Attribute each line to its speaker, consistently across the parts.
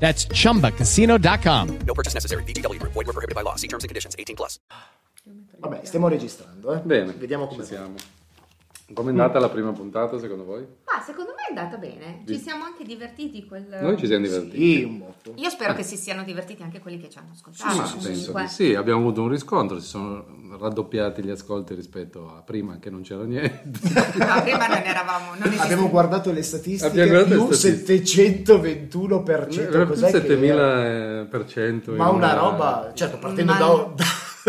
Speaker 1: That's chumbacasino.com.
Speaker 2: No purchase necessary. VGW Group. Void were prohibited by law. See terms and conditions. 18 plus.
Speaker 3: Vabbè, stiamo registrando, eh?
Speaker 4: Bene,
Speaker 3: Vediamo come
Speaker 4: ci siamo. Com'è andata la prima puntata secondo voi?
Speaker 5: Ma secondo me è andata bene. Ci siamo anche divertiti. Quel...
Speaker 4: Noi ci siamo divertiti.
Speaker 3: Sì, un botto.
Speaker 5: Io spero che si siano divertiti anche quelli che ci hanno ascoltato.
Speaker 4: Ma penso
Speaker 5: comunque.
Speaker 4: di sì, abbiamo avuto un riscontro, si sono raddoppiati gli ascolti rispetto a prima che non c'era niente.
Speaker 5: No, prima non eravamo. Non
Speaker 3: Abbiamo guardato le statistiche,
Speaker 4: Abbiamo guardato
Speaker 3: più
Speaker 4: le statistiche.
Speaker 3: 721%,
Speaker 4: Era più
Speaker 3: cos'è che era?
Speaker 4: 7000%.
Speaker 3: Ma
Speaker 4: Cioè, in
Speaker 3: una roba, certo, partendo
Speaker 5: Ma-
Speaker 3: da,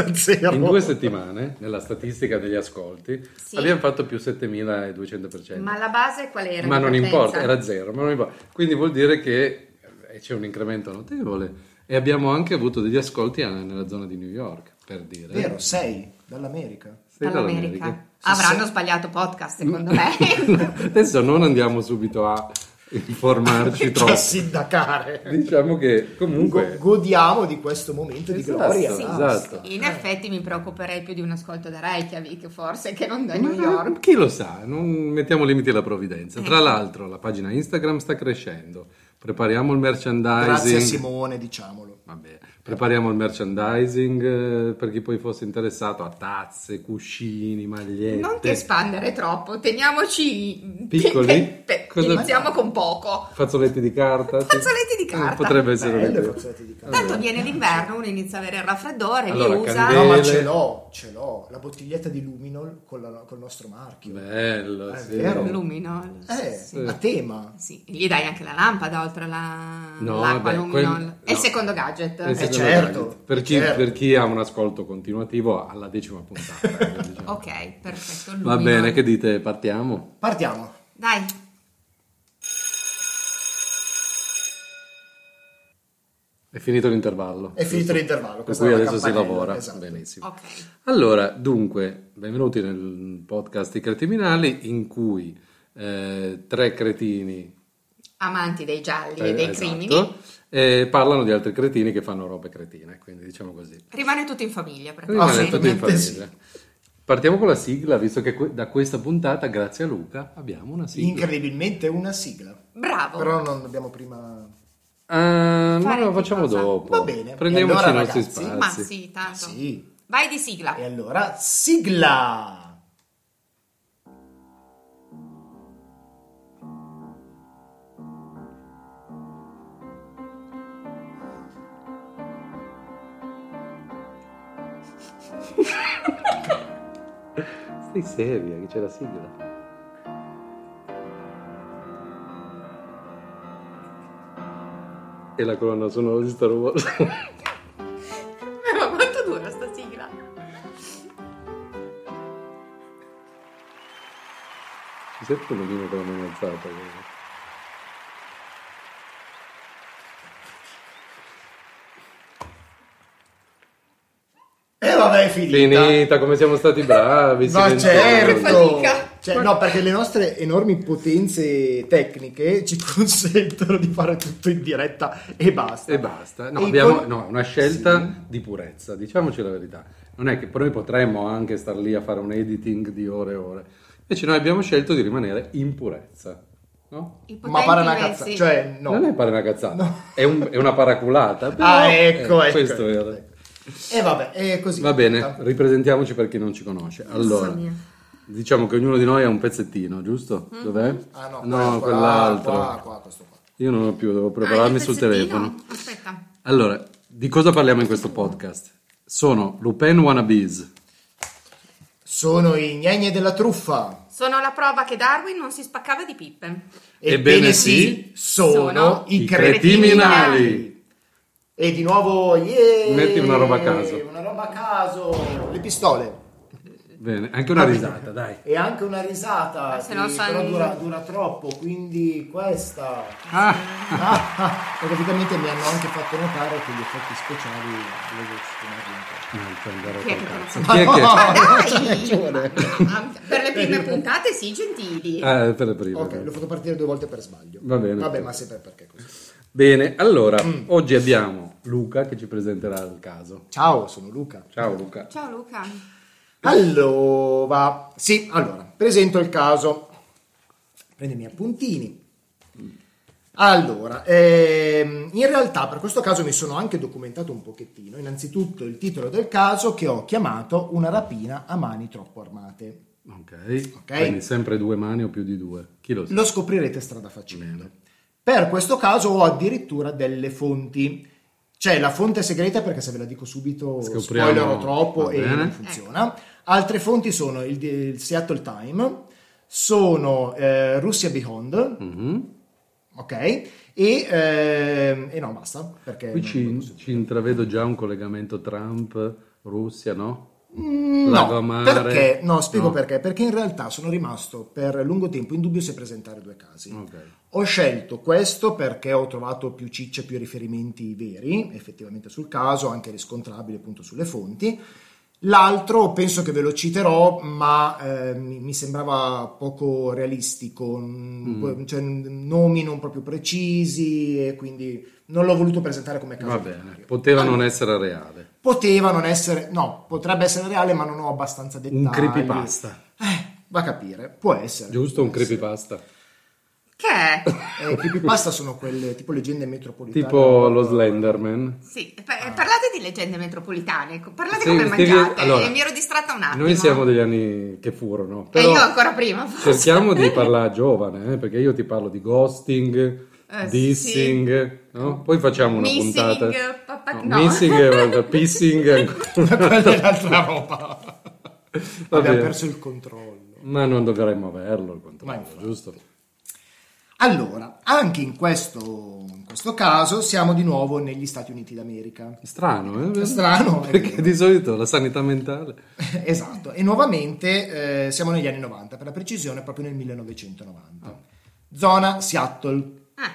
Speaker 3: da zero.
Speaker 4: In due settimane, nella statistica degli ascolti,
Speaker 5: Sì.
Speaker 4: abbiamo fatto più 7200%.
Speaker 5: Ma la base qual era?
Speaker 4: ma
Speaker 5: di
Speaker 4: non
Speaker 5: partenza?
Speaker 4: importa, era zero, ma non importa. quindi vuol dire che eh, c'è un incremento notevole e abbiamo anche avuto degli ascolti eh, nella zona di New York, per dire.
Speaker 3: Vero, 6 dall'america.
Speaker 4: Sì,
Speaker 5: Dall'America.
Speaker 4: dall'America.
Speaker 5: Avranno sbagliato podcast, secondo me.
Speaker 4: Adesso non andiamo subito a
Speaker 3: Da
Speaker 4: informarci troppo.
Speaker 3: sindacare.
Speaker 4: Diciamo che
Speaker 3: Go-
Speaker 4: comunque...
Speaker 3: godiamo di questo momento di
Speaker 4: Esatto,
Speaker 3: gloria.
Speaker 4: sì. Esatto.
Speaker 5: In effetti mi preoccuperei più di un ascolto da Reykjavik, forse, che non da New
Speaker 4: Ma
Speaker 5: York.
Speaker 4: chi lo sa, non mettiamo limiti alla provvidenza. Tra l'altro la pagina Instagram sta crescendo, prepariamo il merchandising.
Speaker 3: Ah, Grazie a Simone, diciamolo.
Speaker 4: Vabbè, prepariamo il merchandising eh, per chi poi fosse interessato a tazze, cuscini, magliette.
Speaker 5: Non ti espandere troppo, teniamoci
Speaker 4: Piccoli?
Speaker 5: pe- pe-
Speaker 4: Cosa-
Speaker 5: iniziamo con poco.
Speaker 4: Fazzoletti di carta. sì.
Speaker 5: Fazzoletti di
Speaker 4: Eh,
Speaker 5: carta.
Speaker 4: Potrebbe essere
Speaker 3: Belle
Speaker 4: un'idea.
Speaker 3: fazzoletti di carta.
Speaker 5: Tanto viene l'inverno, uno inizia a avere il raffreddore,
Speaker 4: Allora,
Speaker 5: li usa.
Speaker 4: candela.
Speaker 3: No, ma
Speaker 4: Belle.
Speaker 3: ce l'ho, ce l'ho. La bottiglietta di Luminol con la- col nostro marchio.
Speaker 4: Bello,
Speaker 3: È
Speaker 4: sì.
Speaker 3: vero.
Speaker 5: Luminol.
Speaker 3: Eh,
Speaker 5: Sì.
Speaker 3: a tema.
Speaker 5: Sì, gli dai anche la lampada oltre la...
Speaker 4: No,
Speaker 5: l'acqua
Speaker 4: vabbè,
Speaker 5: Luminol.
Speaker 4: quel-
Speaker 5: È il
Speaker 4: no.
Speaker 5: secondo gadget.
Speaker 4: Nel secondo
Speaker 3: certo,
Speaker 4: target. per,
Speaker 3: eh,
Speaker 4: chi,
Speaker 3: certo.
Speaker 4: per chi ha un ascolto continuativo alla decima puntata. eh, diciamo.
Speaker 5: Ok, perfetto.
Speaker 4: Va
Speaker 5: Luminol.
Speaker 4: bene, che dite? Partiamo?
Speaker 3: Partiamo.
Speaker 5: Dai,
Speaker 4: È finito l'intervallo.
Speaker 3: È finito l'intervallo.
Speaker 4: Per
Speaker 3: questa
Speaker 4: cui
Speaker 3: era la
Speaker 4: adesso si
Speaker 3: campanella,
Speaker 4: lavora.
Speaker 3: esatto.
Speaker 4: Benissimo.
Speaker 5: ok.
Speaker 4: Allora, dunque, benvenuti nel podcast I Cretinali in cui eh, tre cretini
Speaker 5: Amanti dei gialli
Speaker 4: eh,
Speaker 5: e dei
Speaker 4: esatto,
Speaker 5: crimini.
Speaker 4: eh, parlano di altri cretini che fanno robe cretine, quindi diciamo così.
Speaker 5: Rimane tutto in famiglia,
Speaker 4: Rimane tutto in
Speaker 5: praticamente.
Speaker 4: famiglia.
Speaker 3: Eh sì.
Speaker 4: Partiamo con la sigla, visto che que- da questa puntata, grazie a Luca, abbiamo una sigla.
Speaker 3: Incredibilmente una sigla.
Speaker 5: Bravo.
Speaker 3: Però non dobbiamo prima...
Speaker 4: Ah, no,
Speaker 5: Fare
Speaker 4: lo
Speaker 5: che
Speaker 4: facciamo
Speaker 5: cosa?
Speaker 4: dopo.
Speaker 3: Va bene.
Speaker 4: Prendiamoci
Speaker 3: E allora,
Speaker 4: i nostri
Speaker 3: ragazzi,
Speaker 4: spazi.
Speaker 5: Ma sì, tanto.
Speaker 3: Sì.
Speaker 5: Vai di sigla.
Speaker 4: Eh.
Speaker 3: E allora, sigla!
Speaker 4: Stai seria che c'è la sigla. E la colonna sonora di Star Wars.
Speaker 5: Ma quanto dura sta sigla?
Speaker 4: Ci sento un po' con la mano alzata. quindi.
Speaker 3: E vabbè, è finita.
Speaker 4: Finita, come siamo stati bravi.
Speaker 3: Ma
Speaker 4: silenziosi.
Speaker 3: certo!
Speaker 5: fatica.
Speaker 3: Cioè, no, perché le nostre enormi potenze tecniche ci consentono di fare tutto in diretta e basta.
Speaker 4: E basta. No,
Speaker 3: E
Speaker 4: abbiamo
Speaker 3: con-
Speaker 4: no, una scelta di purezza, diciamocelo la verità. Non è che poi noi potremmo anche star lì a fare un editing di ore e ore. Invece noi abbiamo scelto di rimanere in purezza. No?
Speaker 5: I potenti
Speaker 3: Ma pare una
Speaker 5: messi.
Speaker 3: cazzata. Cioè, no.
Speaker 4: Non è pare una cazzata, è, un- è una paraculata. Però,
Speaker 3: Ah, ecco,
Speaker 4: eh,
Speaker 3: ecco,
Speaker 4: questo
Speaker 3: ecco,
Speaker 4: era.
Speaker 3: E vabbè, è così.
Speaker 4: Va bene, ripresentiamoci per chi non ci conosce. Allora, diciamo che ognuno di noi ha un pezzettino, giusto?
Speaker 5: Mm.
Speaker 4: Dov'è?
Speaker 3: Ah no,
Speaker 4: No,
Speaker 3: qua, qua,
Speaker 4: quell'altro.
Speaker 3: Qua, qua, questo qua.
Speaker 4: Io non ho più, devo
Speaker 5: Ah, il
Speaker 4: prepararmi sul
Speaker 5: pezzettino?
Speaker 4: telefono.
Speaker 5: Aspetta.
Speaker 4: Allora, di cosa parliamo in questo podcast? Sono Lupin Wannabes.
Speaker 3: Sono i gnegne della truffa.
Speaker 5: Sono la prova che Darwin non si spaccava di pippe.
Speaker 4: Ebbene sì,
Speaker 3: sono,
Speaker 5: sono
Speaker 3: i
Speaker 4: I
Speaker 3: cretiminali.
Speaker 4: cretiminali.
Speaker 3: E di nuovo, yeah,
Speaker 4: Metti una roba a caso.
Speaker 3: Una roba a caso. Le pistole.
Speaker 4: Bene, anche
Speaker 3: Ah,
Speaker 4: una risata, dai.
Speaker 3: E anche una risata.
Speaker 5: se
Speaker 3: che
Speaker 5: non san-
Speaker 3: Però dura, dura troppo, quindi questa.
Speaker 4: Ah,
Speaker 3: Ah, ah, praticamente mi hanno anche fatto notare che gli effetti speciali volevo sostenerli un po'.
Speaker 5: Chi è che te lo fa?
Speaker 4: chi è che...
Speaker 5: Ah, Per le prime puntate, sì, gentili.
Speaker 4: Ah, per le prime.
Speaker 3: Ok, l'ho fatto partire due volte per sbaglio.
Speaker 4: Va bene.
Speaker 3: Vabbè, ma sempre perché così.
Speaker 4: Bene, allora,
Speaker 3: Mm.
Speaker 4: oggi abbiamo Luca che ci presenterà il caso.
Speaker 3: Ciao, sono Luca.
Speaker 4: Ciao Luca.
Speaker 5: Ciao Luca.
Speaker 3: Allora, sì, allora, presento il caso. Prendo i miei appuntini. Allora, ehm, in realtà per questo caso mi sono anche documentato un pochettino. Innanzitutto il titolo del caso che ho chiamato Una rapina a mani troppo armate.
Speaker 4: Ok.
Speaker 3: Ok.
Speaker 4: Quindi sempre due mani o più di due. Chi lo sa?
Speaker 3: Lo scoprirete strada facendo. Per questo caso ho addirittura delle fonti. C'è la fonte segreta perché se ve la dico subito
Speaker 4: Scopriamo.
Speaker 3: spoilerò troppo
Speaker 4: Va
Speaker 3: e
Speaker 4: bene.
Speaker 3: non funziona. Altre fonti sono il, il Seattle Time, sono eh, Russia Beyond,
Speaker 4: Mhm.
Speaker 3: ok? E, ehm, e no, basta. Perché
Speaker 4: Qui
Speaker 3: non-
Speaker 4: ci, ci intravedo già un collegamento Trump-Russia, no? Lago
Speaker 3: Mm, No,
Speaker 4: Amare.
Speaker 3: perché, no, spiego
Speaker 4: No.
Speaker 3: perché. Perché in realtà sono rimasto per lungo tempo in dubbio se presentare due casi.
Speaker 4: Ok.
Speaker 3: Ho scelto questo perché ho trovato più ciccia, più riferimenti veri, effettivamente sul caso, anche riscontrabili appunto sulle fonti. L'altro penso che ve lo citerò, ma eh, mi mi sembrava poco realistico, mm, cioè, nomi non proprio precisi e quindi non l'ho voluto presentare come caso.
Speaker 4: Va bene,
Speaker 3: primario.
Speaker 4: poteva non essere reale.
Speaker 3: Poteva non essere, no, potrebbe essere reale, ma non ho abbastanza dettagli.
Speaker 4: Un creepypasta.
Speaker 3: Eh, va a capire, può essere.
Speaker 4: Giusto un creepypasta.
Speaker 5: Che è?
Speaker 3: Eh, creepypasta sono quelle tipo leggende metropolitane.
Speaker 4: Tipo lo Slenderman.
Speaker 5: Sì, pa- parlate di leggende metropolitane, co- parlate
Speaker 4: Sì,
Speaker 5: come
Speaker 4: scrivi-
Speaker 5: mangiate,
Speaker 4: allora,
Speaker 5: e mi ero distratta un attimo.
Speaker 4: Noi siamo degli anni che furono.
Speaker 5: E
Speaker 4: Però
Speaker 5: io ancora prima, forse.
Speaker 4: Cerchiamo di parlare giovane, eh, perché io ti parlo di ghosting,
Speaker 5: Eh,
Speaker 4: dissing, no? Poi facciamo una
Speaker 5: Missing,
Speaker 4: puntata.
Speaker 5: papà-
Speaker 4: no,
Speaker 5: no.
Speaker 4: Missing, eh, pissing. ancora.
Speaker 3: Quella è l'altra roba.
Speaker 4: Va
Speaker 3: Abbiamo
Speaker 4: bene.
Speaker 3: perso il controllo.
Speaker 4: Ma non dovremmo averlo, il
Speaker 3: Ma
Speaker 4: controllo,
Speaker 3: infatti.
Speaker 4: giusto?
Speaker 3: Allora, anche in questo, in questo caso siamo di nuovo negli Stati Uniti d'America.
Speaker 4: Strano, eh?
Speaker 3: È strano, è
Speaker 4: Perché
Speaker 3: vero.
Speaker 4: di solito la sanità mentale...
Speaker 3: esatto, e nuovamente eh, siamo negli anni 90, per la precisione proprio nel 1990.
Speaker 4: Ah.
Speaker 3: Zona Seattle,
Speaker 5: Ah,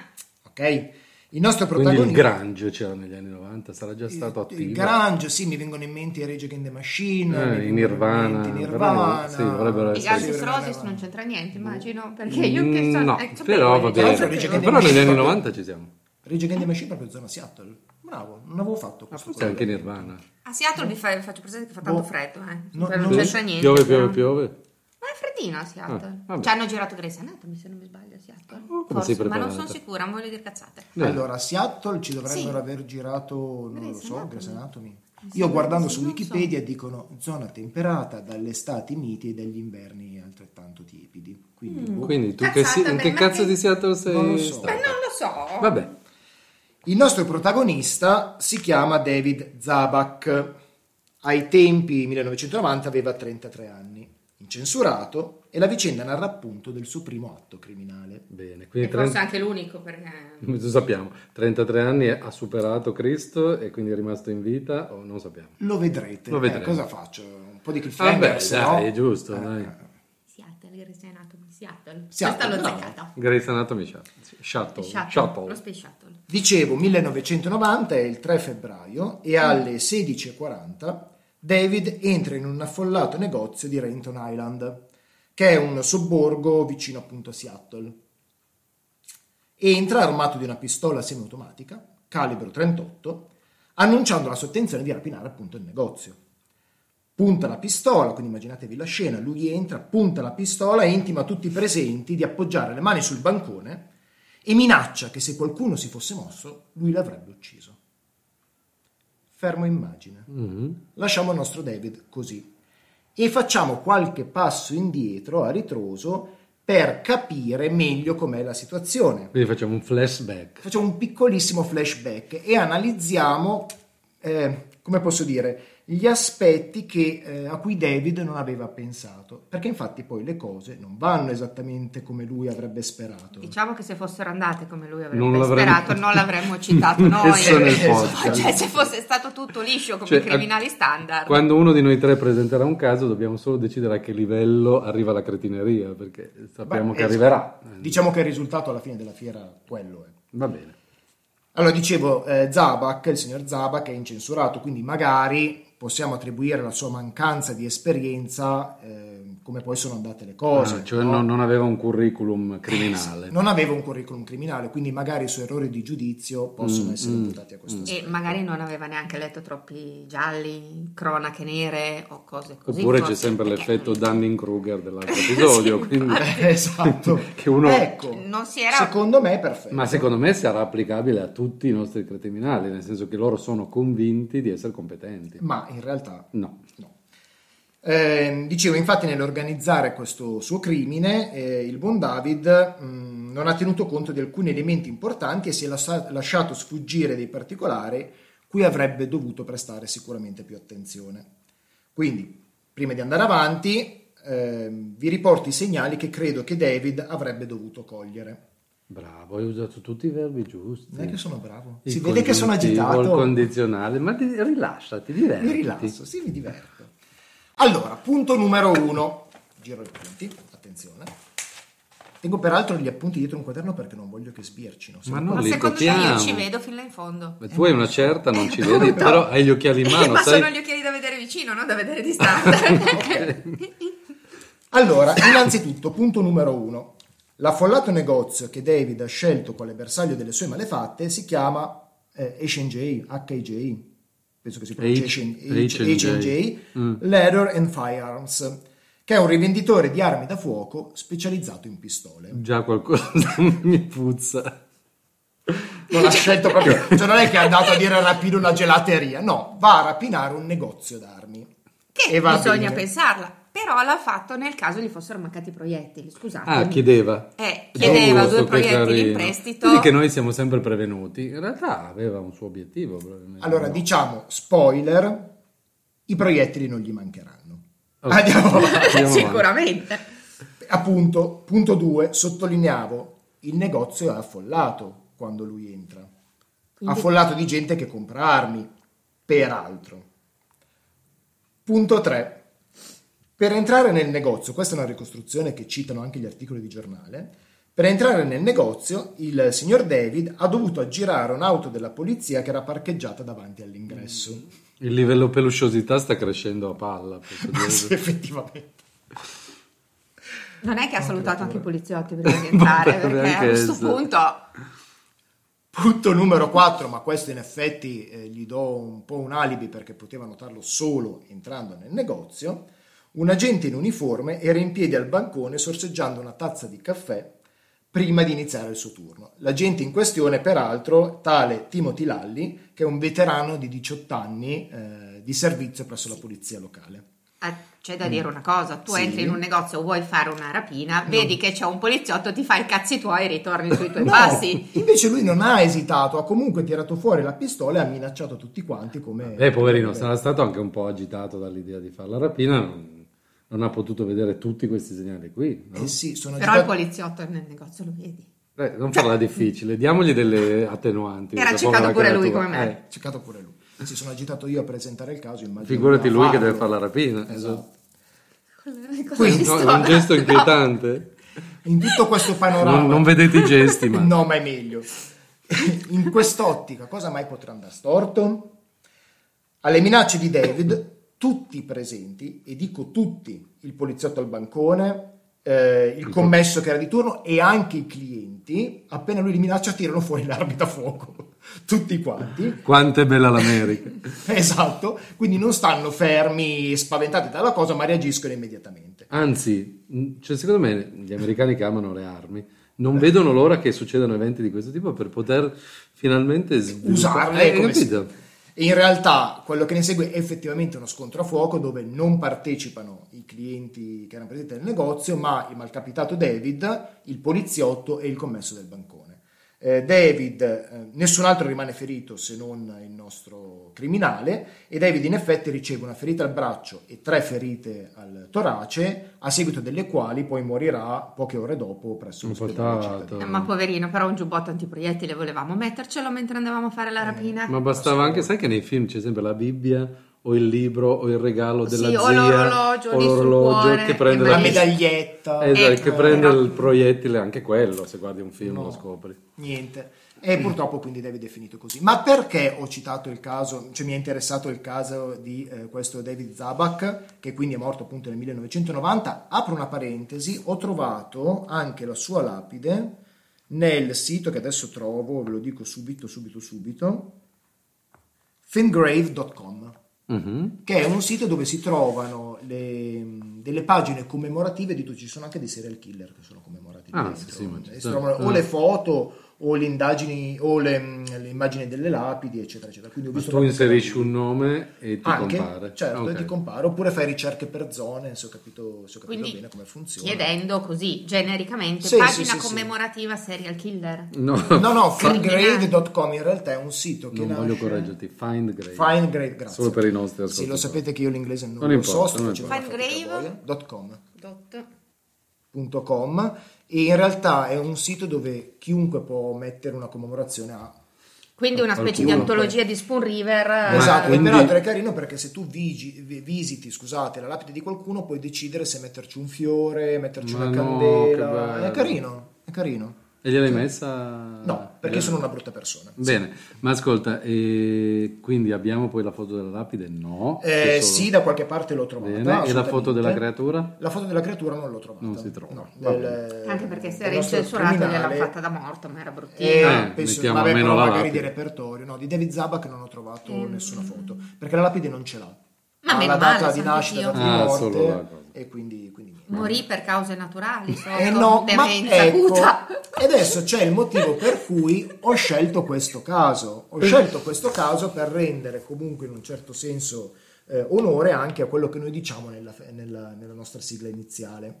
Speaker 3: ok? Il nostro
Speaker 4: Quindi il
Speaker 3: protagonista...
Speaker 4: Grange c'era negli anni 90, sarà già stato attivo.
Speaker 3: Il garage, sì, mi vengono in mente i Rage Against the Machine,
Speaker 4: Eh,
Speaker 3: mi vengono
Speaker 4: in Nirvana,
Speaker 3: in mente i
Speaker 4: però
Speaker 3: Nirvana.
Speaker 4: no, sì, vorrebbero
Speaker 5: I
Speaker 4: essere-
Speaker 5: Guns
Speaker 4: Sì,
Speaker 5: N' Roses non c'entra niente, immagino, perché io che so...
Speaker 4: Mm, No,
Speaker 5: eh, sapevo,
Speaker 4: però va
Speaker 5: cioè,
Speaker 4: bene.
Speaker 3: l'altro dice che
Speaker 4: Eh, Però negli
Speaker 3: devi-
Speaker 4: anni 90 ci siamo.
Speaker 3: Rage Against the Machine proprio zona Seattle. Bravo, non avevo fatto questo.
Speaker 4: C'è Ah, anche Nirvana.
Speaker 5: A Seattle vi fa- faccio presente che fa tanto
Speaker 3: Boh.
Speaker 5: freddo, eh.
Speaker 3: No,
Speaker 5: Cioè, non
Speaker 3: no.
Speaker 5: c'entra niente.
Speaker 4: Piove,
Speaker 5: però.
Speaker 4: piove, piove.
Speaker 5: Ma è freddino a Seattle.
Speaker 4: Ah, vabbè. Oh,
Speaker 5: Ci hanno girato Grey's Anatomy, se non mi sbaglio, a Seattle.
Speaker 4: come sei
Speaker 5: Forse, ma non
Speaker 4: preparata?
Speaker 5: sono sicura, non voglio dire cazzate.
Speaker 4: eh.
Speaker 3: Allora, a Seattle ci dovrebbero
Speaker 5: Sì.
Speaker 3: aver girato, non lo
Speaker 5: Grey's
Speaker 3: so,
Speaker 5: Anatomy.
Speaker 3: Grey's Anatomy.
Speaker 5: Sì,
Speaker 3: Io guardando
Speaker 5: sì,
Speaker 3: su
Speaker 5: non
Speaker 3: Wikipedia dicono zona temperata dalle estati miti e dagli inverni altrettanto tiepidi.
Speaker 5: Mm,
Speaker 3: Quindi, boh.
Speaker 4: Quindi tu
Speaker 5: Cazzate,
Speaker 4: che, si- in
Speaker 5: beh,
Speaker 4: che
Speaker 5: ma
Speaker 4: cazzo
Speaker 5: che-
Speaker 4: di Seattle sei?
Speaker 3: Non lo so.
Speaker 4: stata?
Speaker 5: Ma non Eh, lo so.
Speaker 4: Vabbè,
Speaker 3: Il nostro protagonista si chiama David Zabak. Ai tempi 1990 aveva 33 anni, incensurato e la vicenda narra appunto del suo primo atto criminale.
Speaker 4: bene.
Speaker 5: E
Speaker 4: Quindi
Speaker 5: forse
Speaker 4: 30
Speaker 5: anche l'unico, perché...
Speaker 4: lo sappiamo, 33 anni è- ha superato Cristo e quindi è rimasto in vita o non sappiamo.
Speaker 3: Lo vedrete.
Speaker 4: Lo
Speaker 3: Eh,
Speaker 4: vedremo.
Speaker 3: cosa faccio? Un po' di cliffhanger,
Speaker 4: Vabbè,
Speaker 3: se
Speaker 4: dai,
Speaker 3: Eh, no-
Speaker 4: è giusto,
Speaker 3: Eh,
Speaker 4: dai.
Speaker 5: Seattle, Grey's Anatomy, Seattle.
Speaker 3: Seattle,
Speaker 5: Questa l'ho
Speaker 3: bravo.
Speaker 5: azzeccata.
Speaker 4: Grace Anatomy Shuttle. Shuttle.
Speaker 5: Shuttle, Lo
Speaker 4: Shuttle.
Speaker 5: Space Shuttle.
Speaker 3: Dicevo, 1990 è il 3 febbraio e alle 16.40 David entra in un affollato negozio di Renton Island, che è un sobborgo vicino appunto a Seattle. Entra armato di una pistola semiautomatica, calibro 38, annunciando la sua intenzione di rapinare appunto il negozio. Punta la pistola, quindi immaginatevi la scena, lui entra, punta la pistola e intima a tutti i presenti di appoggiare le mani sul bancone e minaccia che se qualcuno si fosse mosso lui l'avrebbe ucciso. Fermo immagine. Lasciamo il nostro David così e facciamo qualche passo indietro a ritroso per capire meglio com'è la situazione.
Speaker 4: Quindi facciamo un flashback.
Speaker 3: Facciamo un piccolissimo flashback e analizziamo, eh, come posso dire, gli aspetti che, eh, a cui David non aveva pensato, perché infatti poi le cose non vanno esattamente come lui avrebbe sperato.
Speaker 5: Diciamo che se fossero andate come lui avrebbe
Speaker 4: Non l'avremmo-
Speaker 5: sperato, non l'avremmo citato noi.
Speaker 4: Messo nel podcast.
Speaker 5: cioè, se fosse stato tutto liscio come
Speaker 4: Cioè,
Speaker 5: i criminali standard.
Speaker 4: Quando uno di noi tre presenterà un caso, dobbiamo solo decidere a che livello arriva la cretineria, perché sappiamo
Speaker 3: Beh,
Speaker 4: che
Speaker 3: eh,
Speaker 4: arriverà.
Speaker 3: Diciamo che il risultato alla fine della fiera quello è.
Speaker 4: Va bene.
Speaker 3: Allora, dicevo, eh, Zabak, il signor Zabak è incensurato, quindi magari possiamo attribuire la sua mancanza di esperienza eh, come poi sono andate le cose.
Speaker 4: Ah, cioè
Speaker 3: Eh, no? Eh,
Speaker 4: non, non aveva un curriculum criminale.
Speaker 3: Non aveva un curriculum criminale, quindi magari i suoi errori di giudizio
Speaker 4: Mm,
Speaker 3: possono essere imputati a questo
Speaker 5: E magari non aveva neanche letto troppi gialli, cronache nere o cose così.
Speaker 4: Oppure c'è
Speaker 5: forse,
Speaker 4: sempre
Speaker 5: perché
Speaker 4: l'effetto Dunning-Kruger dell'altro
Speaker 5: Sì,
Speaker 4: episodio. quindi-
Speaker 3: Eh, esatto.
Speaker 4: Che uno-
Speaker 3: Ecco,
Speaker 5: Non si era-
Speaker 3: secondo me è perfetto.
Speaker 4: Ma secondo me sarà applicabile a tutti i nostri criminali, nel senso che loro sono convinti di essere competenti.
Speaker 3: Ma in realtà
Speaker 4: No.
Speaker 3: Eh, dicevo, infatti, nell'organizzare questo suo crimine, eh, il buon David mh, non ha tenuto conto di alcuni elementi importanti e si è lassa- lasciato sfuggire dei particolari cui avrebbe dovuto prestare sicuramente più attenzione. Quindi, prima di andare avanti, ehm, vi riporto i segnali che credo che David avrebbe dovuto cogliere.
Speaker 4: Bravo, hai usato tutti i verbi giusti.
Speaker 3: Non è che sono bravo.
Speaker 4: Il
Speaker 3: si vede che sono
Speaker 4: congiuntivo, Il
Speaker 3: agitato.
Speaker 4: condizionale, ma ti- rilasciati, divertiti.
Speaker 3: Mi rilasso, sì, mi diverto. Allora, punto numero uno. Giro i punti, attenzione. Tengo peraltro gli appunti dietro un quaderno perché non voglio che sbircino. se
Speaker 4: Ma
Speaker 3: no-
Speaker 4: non
Speaker 5: Ma
Speaker 4: li
Speaker 5: secondo
Speaker 4: copiamo.
Speaker 5: me io ci vedo fino in fondo.
Speaker 4: Ma tu hai una certa, non ci vedi,
Speaker 5: appunto.
Speaker 4: però hai gli occhiali in mano,
Speaker 5: ma
Speaker 4: sai?
Speaker 5: sono gli occhiali da vedere vicino, non da vedere distante.
Speaker 3: Allora, innanzitutto, punto numero uno. L'affollato negozio che David ha scelto quale bersaglio delle sue malefatte si chiama eh, H&J, H&J, penso che si pronuncia
Speaker 4: H- Mm.
Speaker 3: H&J, H&J, Leather and Firearms, che è un rivenditore di armi da fuoco specializzato in pistole.
Speaker 4: Già qualcosa mi puzza.
Speaker 3: non ha scelto proprio, cioè non è che è andato a dire a rapire una gelateria, no, va a rapinare un negozio d'armi.
Speaker 5: che
Speaker 3: E va
Speaker 5: bisogna
Speaker 3: bene.
Speaker 5: pensarla. Però l'ha fatto nel caso gli fossero mancati i proiettili, scusate.
Speaker 4: Ah, chiedeva.
Speaker 5: Eh, chiedeva
Speaker 4: Giusto,
Speaker 5: due
Speaker 4: che
Speaker 5: proiettili in
Speaker 4: carino.
Speaker 5: prestito.
Speaker 4: Vedi che noi siamo sempre prevenuti. In realtà aveva un suo obiettivo. probabilmente.
Speaker 3: Allora,
Speaker 4: No.
Speaker 3: diciamo, spoiler, i proiettili non gli mancheranno.
Speaker 4: Ok.
Speaker 3: Andiamo avanti.
Speaker 4: Andiamo avanti.
Speaker 5: Sicuramente.
Speaker 3: Appunto, punto 2, sottolineavo, il negozio è affollato quando lui entra. Affollato di gente che compra armi, peraltro. Punto 3. Per entrare nel negozio, questa è una ricostruzione che citano anche gli articoli di giornale, per entrare nel negozio il signor David ha dovuto aggirare un'auto della polizia che era parcheggiata davanti all'ingresso.
Speaker 4: Il livello pelusciosità sta crescendo a palla. posso dire.
Speaker 3: Ah, Sì, effettivamente.
Speaker 5: Non è che ha salutato anche i poliziotti prima di entrare,
Speaker 4: Potrebbe
Speaker 5: perché a
Speaker 4: anche
Speaker 5: questo
Speaker 4: essere.
Speaker 5: punto
Speaker 3: Punto numero 4, ma questo in effetti eh, gli do un po' un alibi perché poteva notarlo solo entrando nel negozio, un agente in uniforme era in piedi al bancone sorseggiando una tazza di caffè prima di iniziare il suo turno. L'agente in questione, peraltro, tale Timothy Lalli, che è un veterano di 18 anni eh, di servizio presso la polizia locale.
Speaker 5: Ah, C'è
Speaker 4: Mm.
Speaker 5: da dire una cosa, tu
Speaker 3: Sì.
Speaker 5: entri in un negozio, vuoi fare una rapina, vedi che c'è un poliziotto, ti fai i cazzi tuoi e ritorni sui tuoi
Speaker 3: No,
Speaker 5: passi.
Speaker 3: invece lui non ha esitato, ha comunque tirato fuori la pistola e ha minacciato tutti quanti come...
Speaker 4: Eh, poverino, sarà stato anche un po' agitato dall'idea di fare la rapina. Non, non ha potuto vedere tutti questi segnali qui. no?
Speaker 3: Eh sì, sono
Speaker 5: Però il
Speaker 3: agitato-
Speaker 5: poliziotto nel negozio lo vedi.
Speaker 4: Eh, non farla
Speaker 3: Cioè,
Speaker 4: difficile, diamogli delle attenuanti.
Speaker 5: Era
Speaker 4: questa povera
Speaker 5: ciccato pure lui
Speaker 4: creatura.
Speaker 5: come me.
Speaker 3: cercato pure lui. Si sono agitato io a presentare il caso, immagino.
Speaker 4: Eh, Figurati
Speaker 3: da
Speaker 4: lui che
Speaker 3: farlo.
Speaker 4: deve fare la rapina.
Speaker 3: Esatto.
Speaker 4: Quindi, no, è un gesto inquietante.
Speaker 3: In tutto questo panorama.
Speaker 4: Non, non vedete i gesti, ma
Speaker 3: No, ma è meglio. In quest'ottica, cosa mai potrà andare storto? Alle minacce di David, tutti i presenti, e dico tutti, il poliziotto al bancone, eh, il commesso che era di turno e anche i clienti, appena lui li minaccia, tirano fuori l'armi da fuoco. Tutti quanti.
Speaker 4: quanto è bella l'America.
Speaker 3: Esatto, quindi non stanno fermi e spaventati dalla cosa, ma reagiscono immediatamente.
Speaker 4: Anzi, mh, cioè, secondo me gli americani che amano le armi non vedono l'ora che succedano eventi di questo tipo per poter finalmente sviluppare-
Speaker 3: Usarle
Speaker 4: Eh,
Speaker 3: come si-
Speaker 4: capito?
Speaker 3: E in realtà quello che ne segue è effettivamente uno scontro a fuoco dove non partecipano i clienti che erano presenti nel negozio, ma il malcapitato David, il poliziotto e il commesso del bancone. Eh, David, eh, nessun altro rimane ferito se non il nostro criminale e David in effetti riceve una ferita al braccio e tre ferite al torace, a seguito delle quali poi morirà poche ore dopo presso
Speaker 4: Un
Speaker 3: l'ospedale.
Speaker 4: potato.
Speaker 3: cittadino.
Speaker 5: Eh, Ma poverino, però un giubbotto antiproiettile volevamo mettercelo mentre andavamo a fare la rapina.
Speaker 4: Eh, Ma bastava anche, sai che nei film c'è sempre la Bibbia o il libro o il regalo della
Speaker 5: Sì,
Speaker 4: zia
Speaker 5: o l'orologio
Speaker 4: o
Speaker 5: lì sul
Speaker 4: l'orologio
Speaker 5: cuore,
Speaker 4: che prende
Speaker 5: e
Speaker 3: La
Speaker 5: Eh,
Speaker 3: medaglietta,
Speaker 4: Esatto,
Speaker 5: Eh,
Speaker 4: che
Speaker 5: no,
Speaker 4: prende
Speaker 5: però-
Speaker 4: il proiettile, anche quello, se guardi un film lo scopri.
Speaker 3: niente. E purtroppo quindi David è finito così. Ma perché ho citato il caso, cioè mi è interessato il caso di eh, questo David Zabak, che quindi è morto appunto nel 1990? Apro una parentesi, ho trovato anche la sua lapide nel sito che adesso trovo, ve lo dico subito, subito, subito, fingrave.com.
Speaker 4: Mm-hmm.
Speaker 3: che è un sito dove si trovano le- delle pagine commemorative di tutti, ci sono anche dei serial killer che sono commemorative.
Speaker 4: Ah,
Speaker 3: dentro.
Speaker 4: sì, ma ci
Speaker 3: E si
Speaker 4: sta.
Speaker 3: trovano o
Speaker 4: Ah.
Speaker 3: le foto o le indagini o le, le immagini delle lapidi, eccetera, eccetera. Quindi ho
Speaker 4: Ma
Speaker 3: visto
Speaker 4: tu
Speaker 3: proprio-
Speaker 4: inserisci un nome e ti
Speaker 3: anche,
Speaker 4: compare.
Speaker 3: certo,
Speaker 4: Ok.
Speaker 3: e ti compare, oppure fai ricerche per zone, se ho capito, se ho capito
Speaker 5: Quindi
Speaker 3: bene come funziona.
Speaker 5: chiedendo così, genericamente,
Speaker 3: Sì,
Speaker 5: pagina
Speaker 3: sì, sì, sì.
Speaker 5: commemorativa serial killer.
Speaker 4: No,
Speaker 3: No, no,
Speaker 5: Fa-
Speaker 3: fingrave.com in realtà è un sito che
Speaker 4: non
Speaker 3: nasce...
Speaker 4: voglio correggerti. Find Grave.
Speaker 3: Find Grave, grazie.
Speaker 4: Solo per i nostri
Speaker 3: Sì, lo
Speaker 4: ascoltatori.
Speaker 3: sapete che io l'inglese non,
Speaker 4: Non
Speaker 3: lo
Speaker 4: importa,
Speaker 3: so, sto
Speaker 4: non
Speaker 3: facendo
Speaker 4: importa.
Speaker 3: una fatica a
Speaker 5: Findgrave?
Speaker 3: voi. Dot .com.
Speaker 5: Dot.
Speaker 3: www.cultura.com, e in realtà è un sito dove chiunque può mettere una commemorazione a
Speaker 5: Quindi una specie di
Speaker 4: Qualcuno.
Speaker 5: antologia di Spoon River. eh,
Speaker 3: esatto,
Speaker 4: quindi-
Speaker 3: e peraltro è carino perché se tu vigi- vi- visiti scusate, la lapide di qualcuno puoi decidere se metterci un fiore, metterci una
Speaker 4: Ma no, che
Speaker 3: candela
Speaker 4: bello.
Speaker 3: è carino, è carino
Speaker 4: E gliel'hai messa?
Speaker 3: no, perché
Speaker 4: Gliel'hai-
Speaker 3: sono una brutta persona
Speaker 4: Ah, Bene, ma ascolta, e quindi abbiamo poi la foto della lapide? No.
Speaker 3: Eh,
Speaker 4: Che solo-
Speaker 3: sì, da qualche parte l'ho trovata
Speaker 4: Bene, e la
Speaker 3: assolutamente.
Speaker 4: foto della creatura?
Speaker 3: la foto della creatura non l'ho trovata
Speaker 4: Non si trova.
Speaker 3: no,
Speaker 4: Va
Speaker 3: del-
Speaker 5: Anche perché se
Speaker 3: del
Speaker 5: era
Speaker 3: nostro
Speaker 5: incensurato gliel'hanno
Speaker 3: criminale.
Speaker 5: fatta da morto, ma era bruttino.
Speaker 3: Eh,
Speaker 4: Eh,
Speaker 3: penso,
Speaker 4: mettiamo
Speaker 3: vabbè,
Speaker 4: almeno
Speaker 3: però
Speaker 4: la
Speaker 3: magari
Speaker 4: lapide.
Speaker 3: di repertorio, no, di David Zabak non ho trovato nessuna foto, perché la lapide non ce l'ha.
Speaker 5: Mm. Ma
Speaker 3: Ha
Speaker 5: meno
Speaker 3: la data
Speaker 5: male,
Speaker 3: di
Speaker 5: santo
Speaker 3: nascita,
Speaker 5: Dio.
Speaker 3: data
Speaker 4: Ah,
Speaker 3: di
Speaker 4: solo la
Speaker 3: morte
Speaker 4: cosa.
Speaker 3: e quindi, quindi niente.
Speaker 5: Morì per cause naturali, sotto
Speaker 3: Eh no, ma
Speaker 5: demenza
Speaker 3: ecco,
Speaker 5: acuta.
Speaker 3: e adesso c'è il motivo per cui ho scelto questo caso.
Speaker 4: Mm.
Speaker 3: Ho scelto questo caso per rendere comunque in un certo senso eh, onore anche a quello che noi diciamo nella, nella- nella nostra sigla iniziale.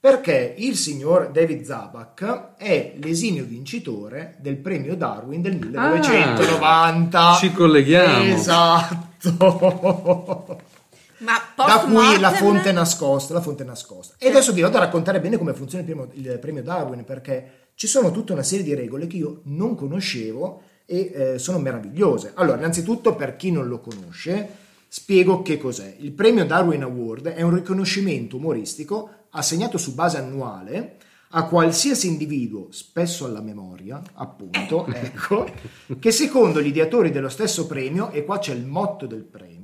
Speaker 3: Perché il signor David Zabak è l'esimio vincitore del premio Darwin
Speaker 5: Ah.
Speaker 3: del 1990.
Speaker 4: Ci colleghiamo.
Speaker 3: Esatto.
Speaker 5: Ma
Speaker 3: Da
Speaker 5: post
Speaker 3: qui la
Speaker 5: mortem-
Speaker 3: fonte nascosta, la fonte nascosta. E adesso vi vado a raccontare bene come funziona il premio, il premio Darwin, perché ci sono tutta una serie di regole che io non conoscevo e eh, sono meravigliose. Allora, innanzitutto, per chi non lo conosce, spiego che cos'è. Il premio Darwin Award è un riconoscimento umoristico assegnato su base annuale a qualsiasi individuo, spesso alla memoria, appunto, ecco, che secondo gli ideatori dello stesso premio, e qua c'è il motto del premio,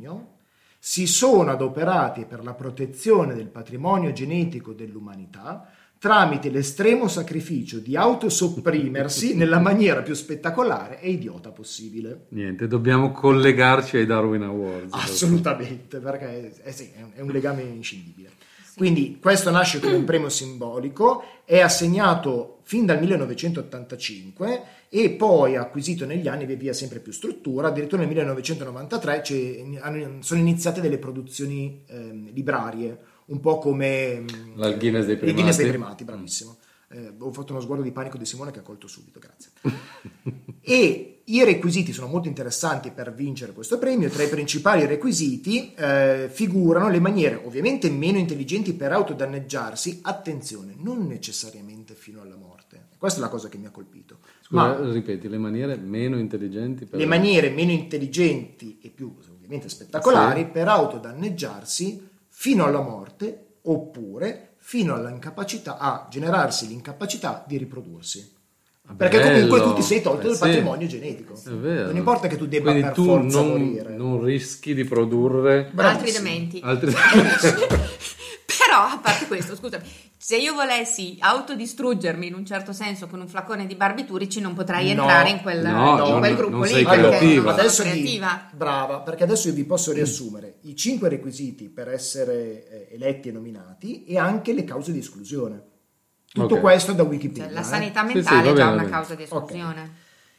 Speaker 3: si sono adoperati per la protezione del patrimonio genetico dell'umanità tramite l'estremo sacrificio di autosopprimersi nella maniera più spettacolare e idiota possibile.
Speaker 4: Niente, dobbiamo collegarci ai Darwin Awards.
Speaker 3: Assolutamente, perché eh sì, è un- è un legame inscindibile. Quindi questo nasce come un premio simbolico, è assegnato fin dal 1985 e poi ha acquisito negli anni via via sempre più struttura, addirittura nel 1993 c'è- hanno- sono iniziate delle produzioni ehm, librarie, un po' come mm,
Speaker 4: La Guinness dei
Speaker 3: il Guinness dei primati,
Speaker 4: primati.
Speaker 3: bravissimo. Eh, ho fatto uno sguardo di panico di Simone che ha colto subito, grazie. e i requisiti sono molto interessanti per vincere questo premio. Tra i principali requisiti eh, figurano le maniere ovviamente meno intelligenti per autodanneggiarsi, attenzione, non necessariamente fino alla morte. Questa è la cosa che mi ha colpito.
Speaker 4: Scusa, eh,
Speaker 3: Ma
Speaker 4: ripeti, le maniere meno intelligenti per...
Speaker 3: le maniere meno intelligenti e più ovviamente spettacolari per autodanneggiarsi fino alla morte oppure fino all'incapacità a generarsi l'incapacità di riprodursi.
Speaker 4: Ah,
Speaker 3: Perché
Speaker 4: bello.
Speaker 3: comunque tu ti sei tolto
Speaker 4: Eh,
Speaker 3: dal
Speaker 4: sì.
Speaker 3: patrimonio genetico.
Speaker 4: È vero.
Speaker 3: Non importa che tu debba
Speaker 4: Quindi
Speaker 3: per
Speaker 4: tu
Speaker 3: forza
Speaker 4: non,
Speaker 3: morire.
Speaker 4: non rischi di produrre
Speaker 5: Altri
Speaker 3: Bravissimo.
Speaker 5: dementi.
Speaker 4: altri...
Speaker 5: Però, a parte questo, scusami, se io volessi autodistruggermi in un certo senso con un flacone di barbiturici non potrei
Speaker 3: No,
Speaker 5: entrare in quel,
Speaker 4: no,
Speaker 5: in
Speaker 4: non-
Speaker 5: quel gruppo
Speaker 4: non
Speaker 5: lì
Speaker 4: sei
Speaker 5: perché
Speaker 4: creativa. Mm.
Speaker 5: non sono
Speaker 3: adesso vi-
Speaker 5: creativa.
Speaker 3: brava, perché adesso io vi posso riassumere i cinque requisiti per essere eh, eletti e nominati e anche le cause di esclusione. Tutto
Speaker 4: Ok.
Speaker 3: questo da
Speaker 5: Cioè,
Speaker 3: Wikipedia.
Speaker 5: la
Speaker 3: eh.
Speaker 5: sanità
Speaker 4: sì,
Speaker 5: mentale
Speaker 4: va
Speaker 5: è già
Speaker 4: bene,
Speaker 5: una
Speaker 4: va
Speaker 5: causa di
Speaker 3: Ok.
Speaker 5: esclusione.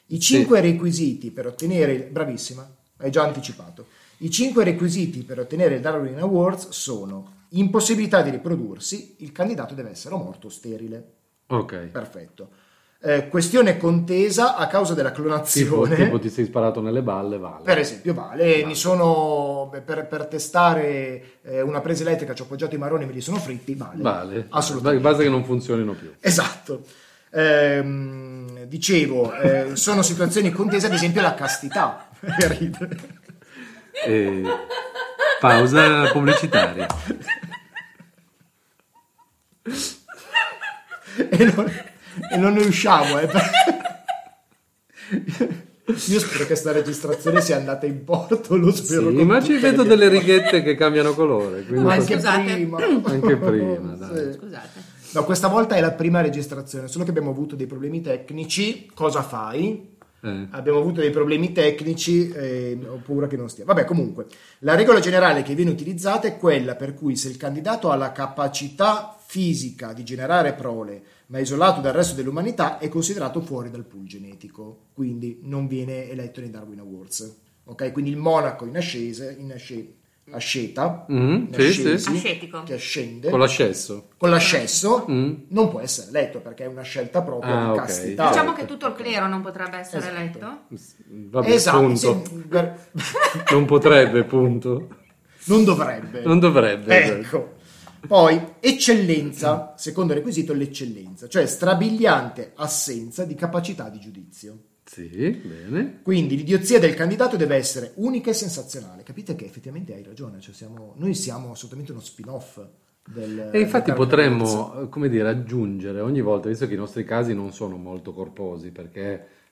Speaker 3: I cinque requisiti per ottenere. Bravissima, hai già anticipato. I cinque requisiti per ottenere il Darwin Awards sono impossibilità di riprodursi, il candidato deve essere morto o sterile.
Speaker 4: ok,
Speaker 3: Perfetto. Eh, Eh, questione contesa a causa della
Speaker 4: Tipo,
Speaker 3: clonazione.
Speaker 4: tipo ti sei sparato nelle balle, vale.
Speaker 3: Per esempio, vale, mi sono per, per testare eh, una presa elettrica ci ho appoggiato i maroni e me li sono fritti, vale.
Speaker 4: Vale.
Speaker 3: Assolutamente.
Speaker 4: Basta che non funzionino più.
Speaker 3: Esatto. Ehm, dicevo, eh, sono situazioni contese, ad esempio la castità. Ride.
Speaker 4: E Eh, pausa pubblicitaria.
Speaker 3: e, non, e non ne usciamo. eh. Io spero che sta registrazione sia andata in porto, lo spero.
Speaker 4: Sì,
Speaker 3: con
Speaker 4: ma ci
Speaker 3: tutte le
Speaker 4: vedo
Speaker 3: mie
Speaker 4: delle
Speaker 3: forze.
Speaker 4: righette che cambiano colore. Quindi
Speaker 5: Ma
Speaker 3: Anche
Speaker 4: questo-
Speaker 5: Scusate.
Speaker 3: prima.
Speaker 4: Anche prima, dai.
Speaker 3: Sì.
Speaker 5: Scusate.
Speaker 3: No, questa volta è la prima registrazione, solo che abbiamo avuto dei problemi tecnici. Cosa fai?
Speaker 4: eh,
Speaker 3: Abbiamo avuto dei problemi tecnici, eh, ho paura che non stia. Vabbè, comunque, la regola generale che viene utilizzata è quella per cui se il candidato ha la capacità fisica di generare prole, ma è isolato dal resto dell'umanità, è considerato fuori dal pool genetico, quindi non viene eletto nei Darwin Awards. Ok, quindi il monaco in ascese, in asce- asceta, in
Speaker 4: Mhm, sì, sì.
Speaker 3: ascesi,
Speaker 5: Ascetico.
Speaker 3: che ascende
Speaker 4: eh, con l'ascesso.
Speaker 3: con l'ascesso
Speaker 4: Mm.
Speaker 3: non può essere eletto perché è una scelta propria
Speaker 4: Ah,
Speaker 3: di
Speaker 4: ok.
Speaker 3: castità.
Speaker 5: Diciamo che tutto il clero non potrebbe essere
Speaker 3: Esatto.
Speaker 5: eletto?
Speaker 4: Vabbè,
Speaker 3: esatto,
Speaker 4: punto.
Speaker 3: sì, guarda,
Speaker 4: Non potrebbe, punto.
Speaker 3: non dovrebbe.
Speaker 4: Non dovrebbe. esatto.
Speaker 3: Ecco. Poi eccellenza, secondo requisito l'eccellenza, cioè strabiliante assenza di capacità di giudizio.
Speaker 4: Sì, bene.
Speaker 3: Quindi l'idiozia del candidato deve essere unica e sensazionale. Capite che effettivamente hai ragione, cioè siamo- noi siamo assolutamente uno spin-off del
Speaker 4: E infatti
Speaker 3: del Darwin Awards.
Speaker 4: potremmo, eh, come dire, aggiungere ogni volta, visto che i nostri casi non sono molto corposi, perché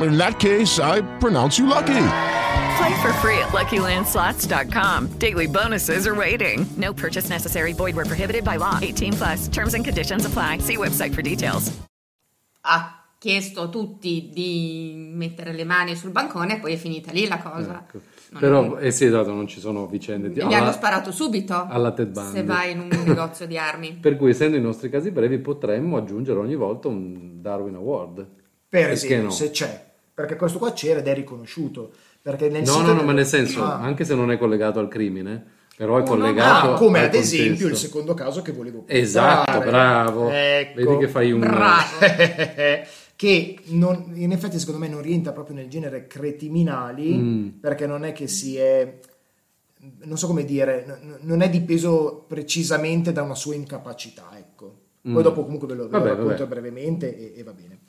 Speaker 6: In that case, I pronounce you lucky.
Speaker 7: Play for free at LuckyLandSlots.com. Daily bonuses are waiting. No purchase necessary. Void were prohibited by law. 18 plus. Terms and conditions apply. See website for details.
Speaker 5: ha chiesto a tutti di mettere le mani sul bancone e poi è finita lì la cosa.
Speaker 4: Ecco.
Speaker 5: Non-
Speaker 4: Però, eh sì, dato non ci sono vicende di... Ah,
Speaker 5: gli hanno sparato subito
Speaker 4: alla Ted Bundy.
Speaker 5: se vai in un negozio di armi.
Speaker 4: Per cui, essendo i nostri casi brevi, potremmo aggiungere ogni volta un Darwin Award.
Speaker 3: Per
Speaker 4: Perché
Speaker 3: esempio,
Speaker 4: no?
Speaker 3: se c'è, perché questo qua c'era ed è riconosciuto. Perché nel
Speaker 4: No,
Speaker 3: sito
Speaker 4: no, no,
Speaker 3: del-
Speaker 4: ma nel senso,
Speaker 3: Ah.
Speaker 4: anche se non è collegato al crimine, però è
Speaker 5: Uno-
Speaker 4: collegato...
Speaker 3: Ah, come
Speaker 4: al
Speaker 3: ad esempio
Speaker 4: contesto.
Speaker 3: il secondo caso che volevo portare.
Speaker 4: Esatto, bravo.
Speaker 3: Ecco. Ah,
Speaker 4: Vedi che fai un... Eh,
Speaker 5: Bravo.
Speaker 3: che non- in effetti secondo me non rientra proprio nel genere cretiminali
Speaker 4: Mm.
Speaker 3: perché non è che si è non so come dire n- n- non è dipeso precisamente da una sua incapacità ecco poi dopo comunque ve lo, ve lo
Speaker 4: Mm. Vabbè,
Speaker 3: racconto
Speaker 4: vabbè.
Speaker 3: brevemente e, e va bene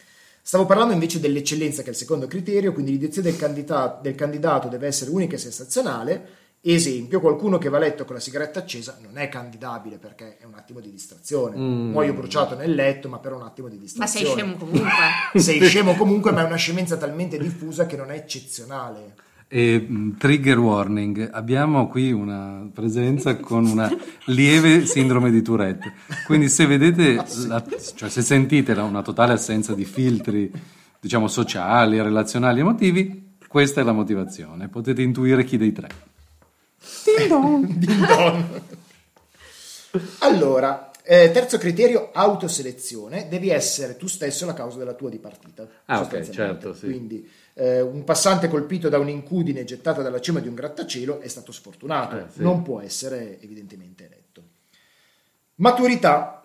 Speaker 3: stavo parlando invece dell'eccellenza che è il secondo criterio quindi l'idiozia del, candida- del candidato deve essere unica e sensazionale esempio qualcuno che va letto con la sigaretta accesa non è candidabile perché è un attimo di distrazione muoio bruciato nel letto ma per un attimo di
Speaker 5: Ma
Speaker 3: distrazione
Speaker 5: sei scemo comunque.
Speaker 3: sei scemo comunque, ma è una scemenza talmente diffusa che non è eccezionale.
Speaker 4: E, mh, trigger warning, abbiamo qui una presenza con una lieve sindrome di Tourette, quindi se
Speaker 3: Ah,
Speaker 4: vedete, la- cioè se sentite la- una totale assenza di filtri, diciamo sociali, relazionali, emotivi, questa è la motivazione, potete intuire chi dei tre.
Speaker 3: Allora, eh, terzo criterio, autoselezione. Devi essere tu stesso la causa della tua dipartita.
Speaker 4: Ah, ok,
Speaker 3: sostanzialmente.
Speaker 4: certo, sì.
Speaker 3: Quindi eh, un passante colpito da un'incudine gettata dalla cima di un grattacielo è stato sfortunato.
Speaker 4: Eh, sì.
Speaker 3: Non può essere evidentemente eletto. Maturità.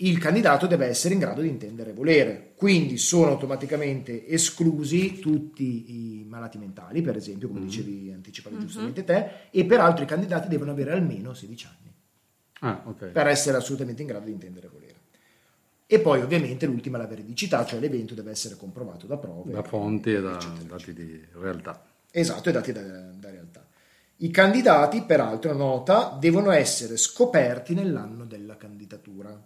Speaker 3: Il candidato deve essere in grado di intendere e volere, quindi sono automaticamente esclusi tutti i malati mentali, per esempio, come
Speaker 4: Mm-hmm.
Speaker 3: dicevi anticipavi giustamente te, e peraltro i candidati devono avere almeno 16 anni
Speaker 4: Ah, ok.
Speaker 3: per essere assolutamente in grado di intendere e volere. E poi ovviamente l'ultima la veridicità, cioè l'evento deve essere comprovato da prove.
Speaker 4: Da fonti e da
Speaker 3: eccetera,
Speaker 4: dati di realtà.
Speaker 3: Esatto, e dati da, da realtà. I candidati, peraltro, nota, devono essere scoperti nell'anno della candidatura.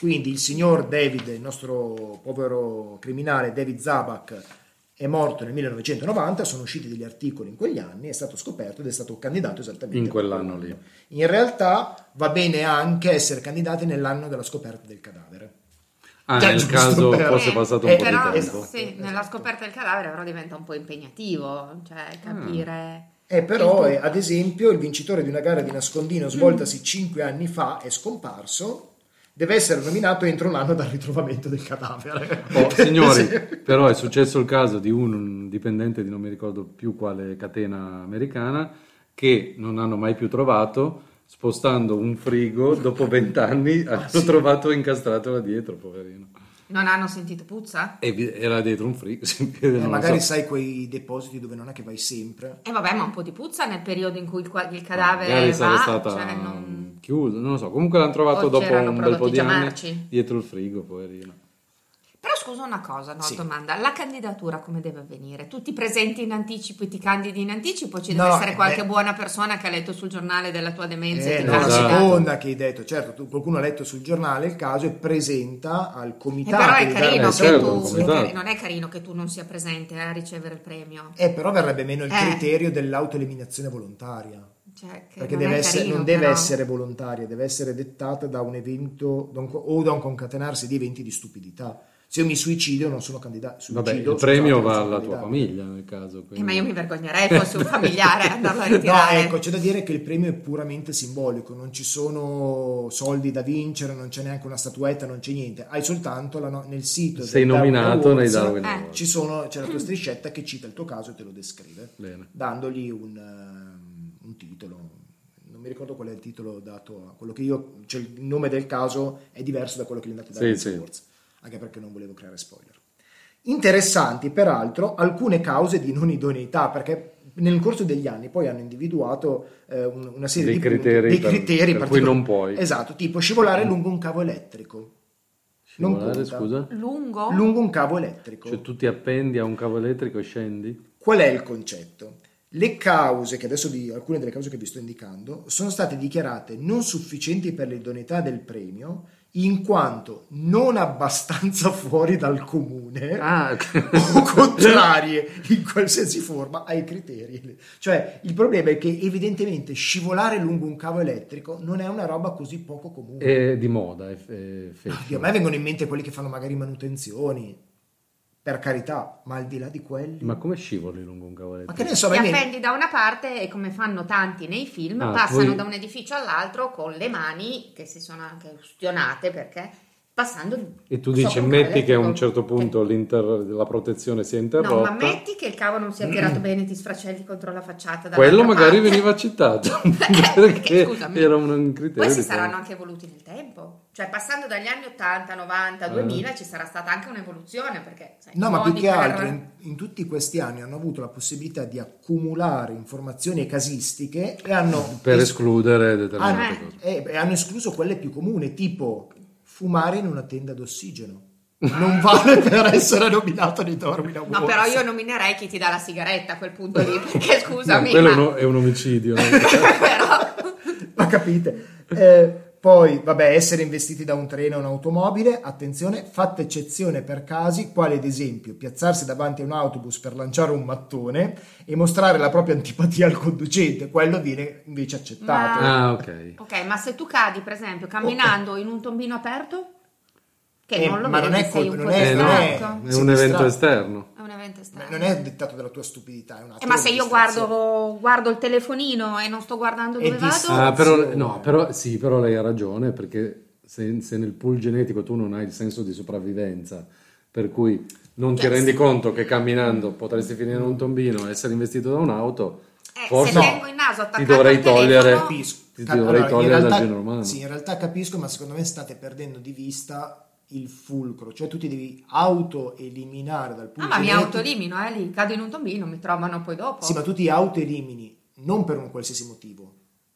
Speaker 3: Quindi il signor David, il nostro povero criminale David Zabak, è morto nel 1990, sono usciti degli articoli in quegli anni, è stato scoperto ed è stato candidato esattamente
Speaker 4: In
Speaker 3: per
Speaker 4: quell'anno
Speaker 3: quell'anno.
Speaker 4: lì.
Speaker 3: In realtà va bene anche essere candidati nell'anno della scoperta del cadavere.
Speaker 4: Ah,
Speaker 3: Già
Speaker 4: nel
Speaker 3: giusto,
Speaker 4: caso
Speaker 3: però.
Speaker 4: fosse passato un
Speaker 3: Eh,
Speaker 4: po' di
Speaker 5: però
Speaker 4: tempo.
Speaker 3: esatto.
Speaker 5: sì, nella scoperta del cadavere però diventa un po' impegnativo,
Speaker 4: Ah.
Speaker 5: cioè capire...
Speaker 3: Eh, però, eh, ad esempio, il vincitore di una gara di
Speaker 5: Mm.
Speaker 3: nascondino svoltasi 5 anni fa è scomparso, deve essere nominato entro un anno dal ritrovamento del cadavere.
Speaker 4: Oh, signori,
Speaker 3: Sì.
Speaker 4: però è successo il caso di un dipendente di non mi ricordo più quale catena americana che non hanno mai più trovato, spostando un frigo dopo vent'anni
Speaker 5: Ah,
Speaker 4: hanno trovato incastrato là dietro, poverino.
Speaker 5: Non hanno sentito puzza?
Speaker 4: E vi- era dietro un frigo, sì, non
Speaker 3: Eh,
Speaker 4: lo
Speaker 3: magari
Speaker 4: so.
Speaker 3: sai quei depositi dove non è che vai sempre.
Speaker 5: E vabbè, ma un po' di puzza nel periodo in cui il, qua- il cadavere
Speaker 4: Magari
Speaker 5: va,
Speaker 4: sarà stata
Speaker 5: cioè non...
Speaker 4: chiusa, non lo so. Comunque l'hanno trovato
Speaker 5: O
Speaker 4: dopo
Speaker 5: c'erano
Speaker 4: un bel po'
Speaker 5: prodotti
Speaker 4: di
Speaker 5: già
Speaker 4: anni
Speaker 5: marci.
Speaker 4: dietro il frigo, poverino.
Speaker 5: Però scusa una cosa, no, domanda. La candidatura come deve avvenire? Tu ti presenti in anticipo e ti candidi in anticipo? Ci deve
Speaker 3: No,
Speaker 5: essere qualche
Speaker 3: beh.
Speaker 5: buona persona che ha letto sul giornale della tua demenza e
Speaker 3: Eh,
Speaker 5: ti
Speaker 3: no, la
Speaker 4: esatto.
Speaker 5: candida?
Speaker 3: seconda che hai detto, certo, tu- qualcuno ha letto sul giornale il caso e presenta al
Speaker 5: Eh,
Speaker 3: comitato.
Speaker 5: però è
Speaker 3: di
Speaker 5: carino,
Speaker 3: gara-
Speaker 5: che
Speaker 4: eh, certo,
Speaker 5: tu,
Speaker 4: un comitato.
Speaker 5: non è carino che tu non sia presente a ricevere il premio.
Speaker 3: Eh, però verrebbe meno il
Speaker 5: Eh.
Speaker 3: criterio dell'autoeliminazione volontaria.
Speaker 5: Cioè, che
Speaker 3: Perché
Speaker 5: non
Speaker 3: deve
Speaker 5: è
Speaker 3: essere-
Speaker 5: carino,
Speaker 3: non deve
Speaker 5: però.
Speaker 3: essere volontaria, deve essere dettata da un evento da un co- o da un concatenarsi di eventi di stupidità. Se io mi suicido non sono candidato.
Speaker 4: Vabbè,
Speaker 3: suicido,
Speaker 4: il
Speaker 3: scusate, non
Speaker 4: premio va
Speaker 3: sono
Speaker 4: alla tua
Speaker 3: candidato.
Speaker 4: famiglia nel caso.
Speaker 5: Eh,
Speaker 4: quindi-
Speaker 5: ma io mi vergognerei fosse un familiare a andarlo a
Speaker 3: No,
Speaker 5: ritirare.
Speaker 3: ecco, c'è da dire che il premio è puramente simbolico, non ci sono soldi da vincere, non c'è neanche una statuetta, non c'è niente. Hai soltanto la no- nel sito
Speaker 4: Sei
Speaker 3: del Darwin
Speaker 4: nominato nei
Speaker 3: Awards,
Speaker 4: Darwin
Speaker 5: Eh.
Speaker 4: Awards.
Speaker 3: ci sono- c'è la tua striscetta che cita il tuo caso e te lo descrive,
Speaker 4: Bene.
Speaker 3: dandogli un, ehm, un titolo. Non mi ricordo qual è il titolo dato a quello che io, cioè il nome del caso è diverso da quello che gli è andato a dare
Speaker 4: Sì,
Speaker 3: in
Speaker 4: sì.
Speaker 3: Sports, anche perché non volevo creare spoiler. Interessanti, peraltro, alcune cause di non idoneità, perché nel corso degli anni poi hanno individuato eh, un- una serie
Speaker 4: Dei
Speaker 3: di punti-
Speaker 4: criteri
Speaker 3: dei
Speaker 4: per-
Speaker 3: criteri
Speaker 4: per
Speaker 3: particolari.
Speaker 4: cui non puoi.
Speaker 3: Esatto, tipo scivolare lungo un cavo elettrico. Non
Speaker 4: Scivolare,
Speaker 3: conta.
Speaker 4: scusa?
Speaker 5: Lungo?
Speaker 3: Lungo un cavo elettrico.
Speaker 4: Cioè tu ti appendi a un cavo elettrico e scendi?
Speaker 3: Qual è il concetto? Le cause, che adesso vi, alcune delle cause che vi sto indicando, sono state dichiarate non sufficienti per l'idoneità del premio in quanto non abbastanza fuori dal comune
Speaker 4: Ah,
Speaker 3: o contrarie in qualsiasi forma ai criteri. Cioè, il problema è che evidentemente scivolare lungo un cavo elettrico non è una roba così poco comune.
Speaker 4: è di moda, è, è fashion.
Speaker 3: Oddio, a me vengono in mente quelli che fanno magari manutenzioni, per carità, ma al di là di quelli...
Speaker 4: Ma come scivoli lungo un cavo
Speaker 3: Ma
Speaker 4: elettrico?
Speaker 3: che ne so,
Speaker 5: Li
Speaker 3: a me-
Speaker 5: appendi da una parte e come fanno tanti nei film,
Speaker 4: Ah,
Speaker 5: passano
Speaker 4: poi-
Speaker 5: da un edificio all'altro con le mani che si sono anche ustionate perché passando...
Speaker 4: E tu
Speaker 5: sopra
Speaker 4: dici,
Speaker 5: un
Speaker 4: metti che a un
Speaker 5: elettrico-
Speaker 4: certo
Speaker 3: Eh.
Speaker 4: punto l'inter- la protezione si è interrotta.
Speaker 5: Cioè, No, ma metti che il cavo non sia tirato bene, ti sfracelli contro la facciata.
Speaker 4: Mm. Quello
Speaker 5: dall'altra
Speaker 4: magari
Speaker 5: parte. Eh,
Speaker 4: veniva citato, perché
Speaker 5: Perché, scusami,
Speaker 4: era un- un criterio
Speaker 5: Questi
Speaker 4: di-
Speaker 5: saranno anche evoluti nel tempo. Cioè, passando dagli anni 80,
Speaker 4: Eh.
Speaker 5: 90, 2000, ci sarà stata anche un'evoluzione. Perché, sai,
Speaker 3: No,
Speaker 5: i
Speaker 3: ma più
Speaker 5: modi
Speaker 3: che
Speaker 5: per-
Speaker 3: altro in, in tutti questi anni hanno avuto la possibilità di accumulare informazioni e casistiche e hanno,
Speaker 4: per
Speaker 3: es-
Speaker 4: escludere
Speaker 3: hanno-
Speaker 4: determinate cose.
Speaker 3: eh, e hanno escluso quelle più comuni, tipo fumare in una tenda d'ossigeno. Non vale per essere nominato nei Darwin Awards.
Speaker 5: No, però io nominerei chi ti dà la sigaretta a quel punto lì. Perché, scusami,
Speaker 4: Quello
Speaker 5: ma...
Speaker 4: è uno- è un omicidio. no?
Speaker 5: però...
Speaker 3: Ma capite? Eh, poi, vabbè, essere investiti da un treno o un'automobile, attenzione, fatta eccezione per casi quali ad esempio piazzarsi davanti a un autobus per lanciare un mattone e mostrare la propria antipatia al conducente, quello viene invece accettato.
Speaker 5: Ma-
Speaker 4: ah, ok.
Speaker 5: Ok, ma se tu cadi, per esempio, camminando in un tombino aperto, che
Speaker 3: Eh,
Speaker 5: non lo
Speaker 3: ma
Speaker 5: vedi,
Speaker 3: non è
Speaker 5: sei un
Speaker 3: colpa-
Speaker 5: po'
Speaker 3: non
Speaker 4: Eh, no, è
Speaker 5: distratto.
Speaker 3: no.
Speaker 4: un
Speaker 3: Si
Speaker 4: evento
Speaker 3: distrae.
Speaker 4: esterno.
Speaker 5: È un evento strano.
Speaker 3: Eh, Non è dettato dalla tua stupidità, è una
Speaker 5: Eh,
Speaker 3: tua
Speaker 5: ma se io
Speaker 3: distrazione.
Speaker 5: guardo, guardo il telefonino e non sto guardando
Speaker 3: È
Speaker 5: dove
Speaker 3: distratto.
Speaker 5: vado, eh,
Speaker 4: Ah, però,
Speaker 3: Sì.
Speaker 4: no, però, sì, però lei ha ragione perché se, se nel pool genetico tu non hai il senso di sopravvivenza, per cui non
Speaker 3: Cioè,
Speaker 4: ti rendi conto che camminando potresti finire in un tombino e essere investito da un'auto,
Speaker 5: Eh,
Speaker 4: forse
Speaker 5: se tengo in naso
Speaker 4: ti
Speaker 5: attaccato
Speaker 4: dovrei
Speaker 5: al telefono-
Speaker 4: togliere,
Speaker 3: Capisco.
Speaker 4: ti
Speaker 3: Cap-
Speaker 4: dovrei
Speaker 3: allora, in
Speaker 4: togliere
Speaker 3: realtà-
Speaker 4: dal genere umano.
Speaker 3: Sì, in realtà capisco, ma secondo me state perdendo di vista il fulcro, cioè tu ti devi auto-eliminare dal punto
Speaker 5: Ah, ma
Speaker 3: di
Speaker 5: mi
Speaker 3: vista
Speaker 5: autolimino, eh, lì cado in un tombino, mi trovano poi dopo.
Speaker 3: Sì, ma tu ti autoelimini non per un qualsiasi motivo,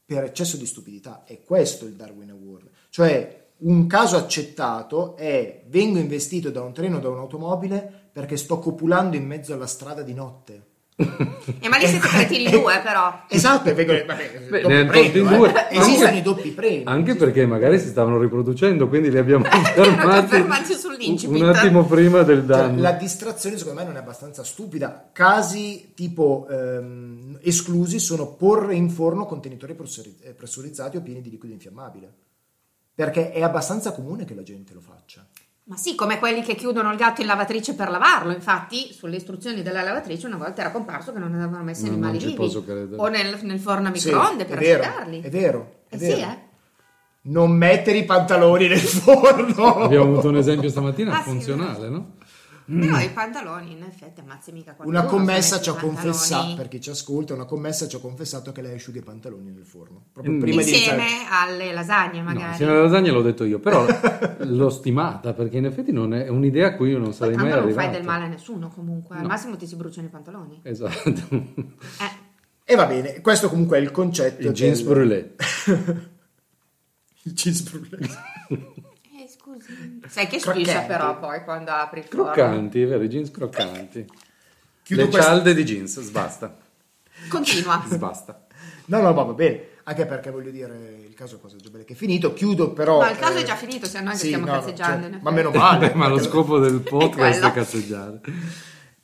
Speaker 3: per eccesso di stupidità. È questo il Darwin Award. Cioè, un caso accettato è vengo investito da un treno o da un'automobile perché sto copulando in mezzo alla strada di notte.
Speaker 5: Eh, ma lì siete cretini in due, però.
Speaker 3: Esatto, e vengo, vabbè,
Speaker 4: Beh,
Speaker 3: doppi
Speaker 4: ne hanno
Speaker 3: premi,
Speaker 4: tolti
Speaker 3: eh.
Speaker 4: due.
Speaker 3: Esistono
Speaker 4: Anche-
Speaker 3: i doppi premi.
Speaker 4: Anche perché magari si stavano riproducendo, quindi li abbiamo fermati
Speaker 5: fermati sull'incipit.
Speaker 4: un attimo prima del
Speaker 3: Cioè,
Speaker 4: danno.
Speaker 3: la distrazione secondo me non è abbastanza stupida. Casi tipo ehm, esclusi sono porre in forno contenitori pressuri- eh, pressurizzati o pieni di liquido infiammabile. Perché è abbastanza comune che la gente lo faccia.
Speaker 5: Ma sì, come quelli che chiudono il gatto in lavatrice per lavarlo. Infatti, sulle istruzioni della lavatrice una volta era comparso che non avevano messo
Speaker 4: Non- non
Speaker 5: animali
Speaker 4: ci
Speaker 5: vivi.
Speaker 4: posso credere.
Speaker 5: O nel, nel forno a
Speaker 3: Sì,
Speaker 5: microonde per
Speaker 3: è vero,
Speaker 5: asciugarli.
Speaker 3: È vero, è
Speaker 5: Eh
Speaker 3: vero.
Speaker 5: sì, eh.
Speaker 3: Non mettere i pantaloni nel forno.
Speaker 4: Abbiamo avuto un esempio stamattina
Speaker 5: Ah, sì,
Speaker 4: funzionale, no?
Speaker 5: Però i pantaloni, in effetti, ammazzi mica qualcuno.
Speaker 3: Una commessa
Speaker 5: se
Speaker 3: ci ha
Speaker 5: metti i pantaloni.
Speaker 3: confessato, per chi ci ascolta, una commessa ci ha confessato che lei asciuga i pantaloni nel forno. Proprio prima di iniziare.
Speaker 5: Insieme alle lasagne,
Speaker 4: No,
Speaker 5: magari.
Speaker 4: insieme alla lasagna l'ho detto io, però l'ho stimata perché in effetti non è è un'idea a cui io non sarei
Speaker 5: Tanto
Speaker 4: mai
Speaker 5: non
Speaker 4: arrivato.
Speaker 5: fai del male a nessuno comunque, al massimo ti si bruciano i pantaloni.
Speaker 3: Eh.
Speaker 4: Esatto.
Speaker 5: Eh,
Speaker 3: E va bene, questo comunque è il concetto.
Speaker 4: Il jeans
Speaker 3: del-
Speaker 4: brûlé.
Speaker 3: Il jeans brûlé.
Speaker 5: eh, scusi. Sai che squiscia
Speaker 3: Croccanti.
Speaker 5: però poi quando apri il forno.
Speaker 4: Croccanti, è vero, i jeans croccanti.
Speaker 3: Chiudo
Speaker 4: Le
Speaker 3: questo-
Speaker 4: cialde di jeans, sbasta,
Speaker 5: Continua.
Speaker 4: sbasta.
Speaker 3: No, no, ma va bene. Anche perché voglio dire, il caso è cosa già bella che è finito. Chiudo però. eh,
Speaker 5: No, il caso è già finito, se no anche stiamo cazzeggiando, in
Speaker 3: cioè,
Speaker 5: effetti.
Speaker 3: ma meno male.
Speaker 4: Beh, ma lo
Speaker 3: perché-
Speaker 4: scopo del podcast è,
Speaker 5: quello.
Speaker 4: cazzeggiare.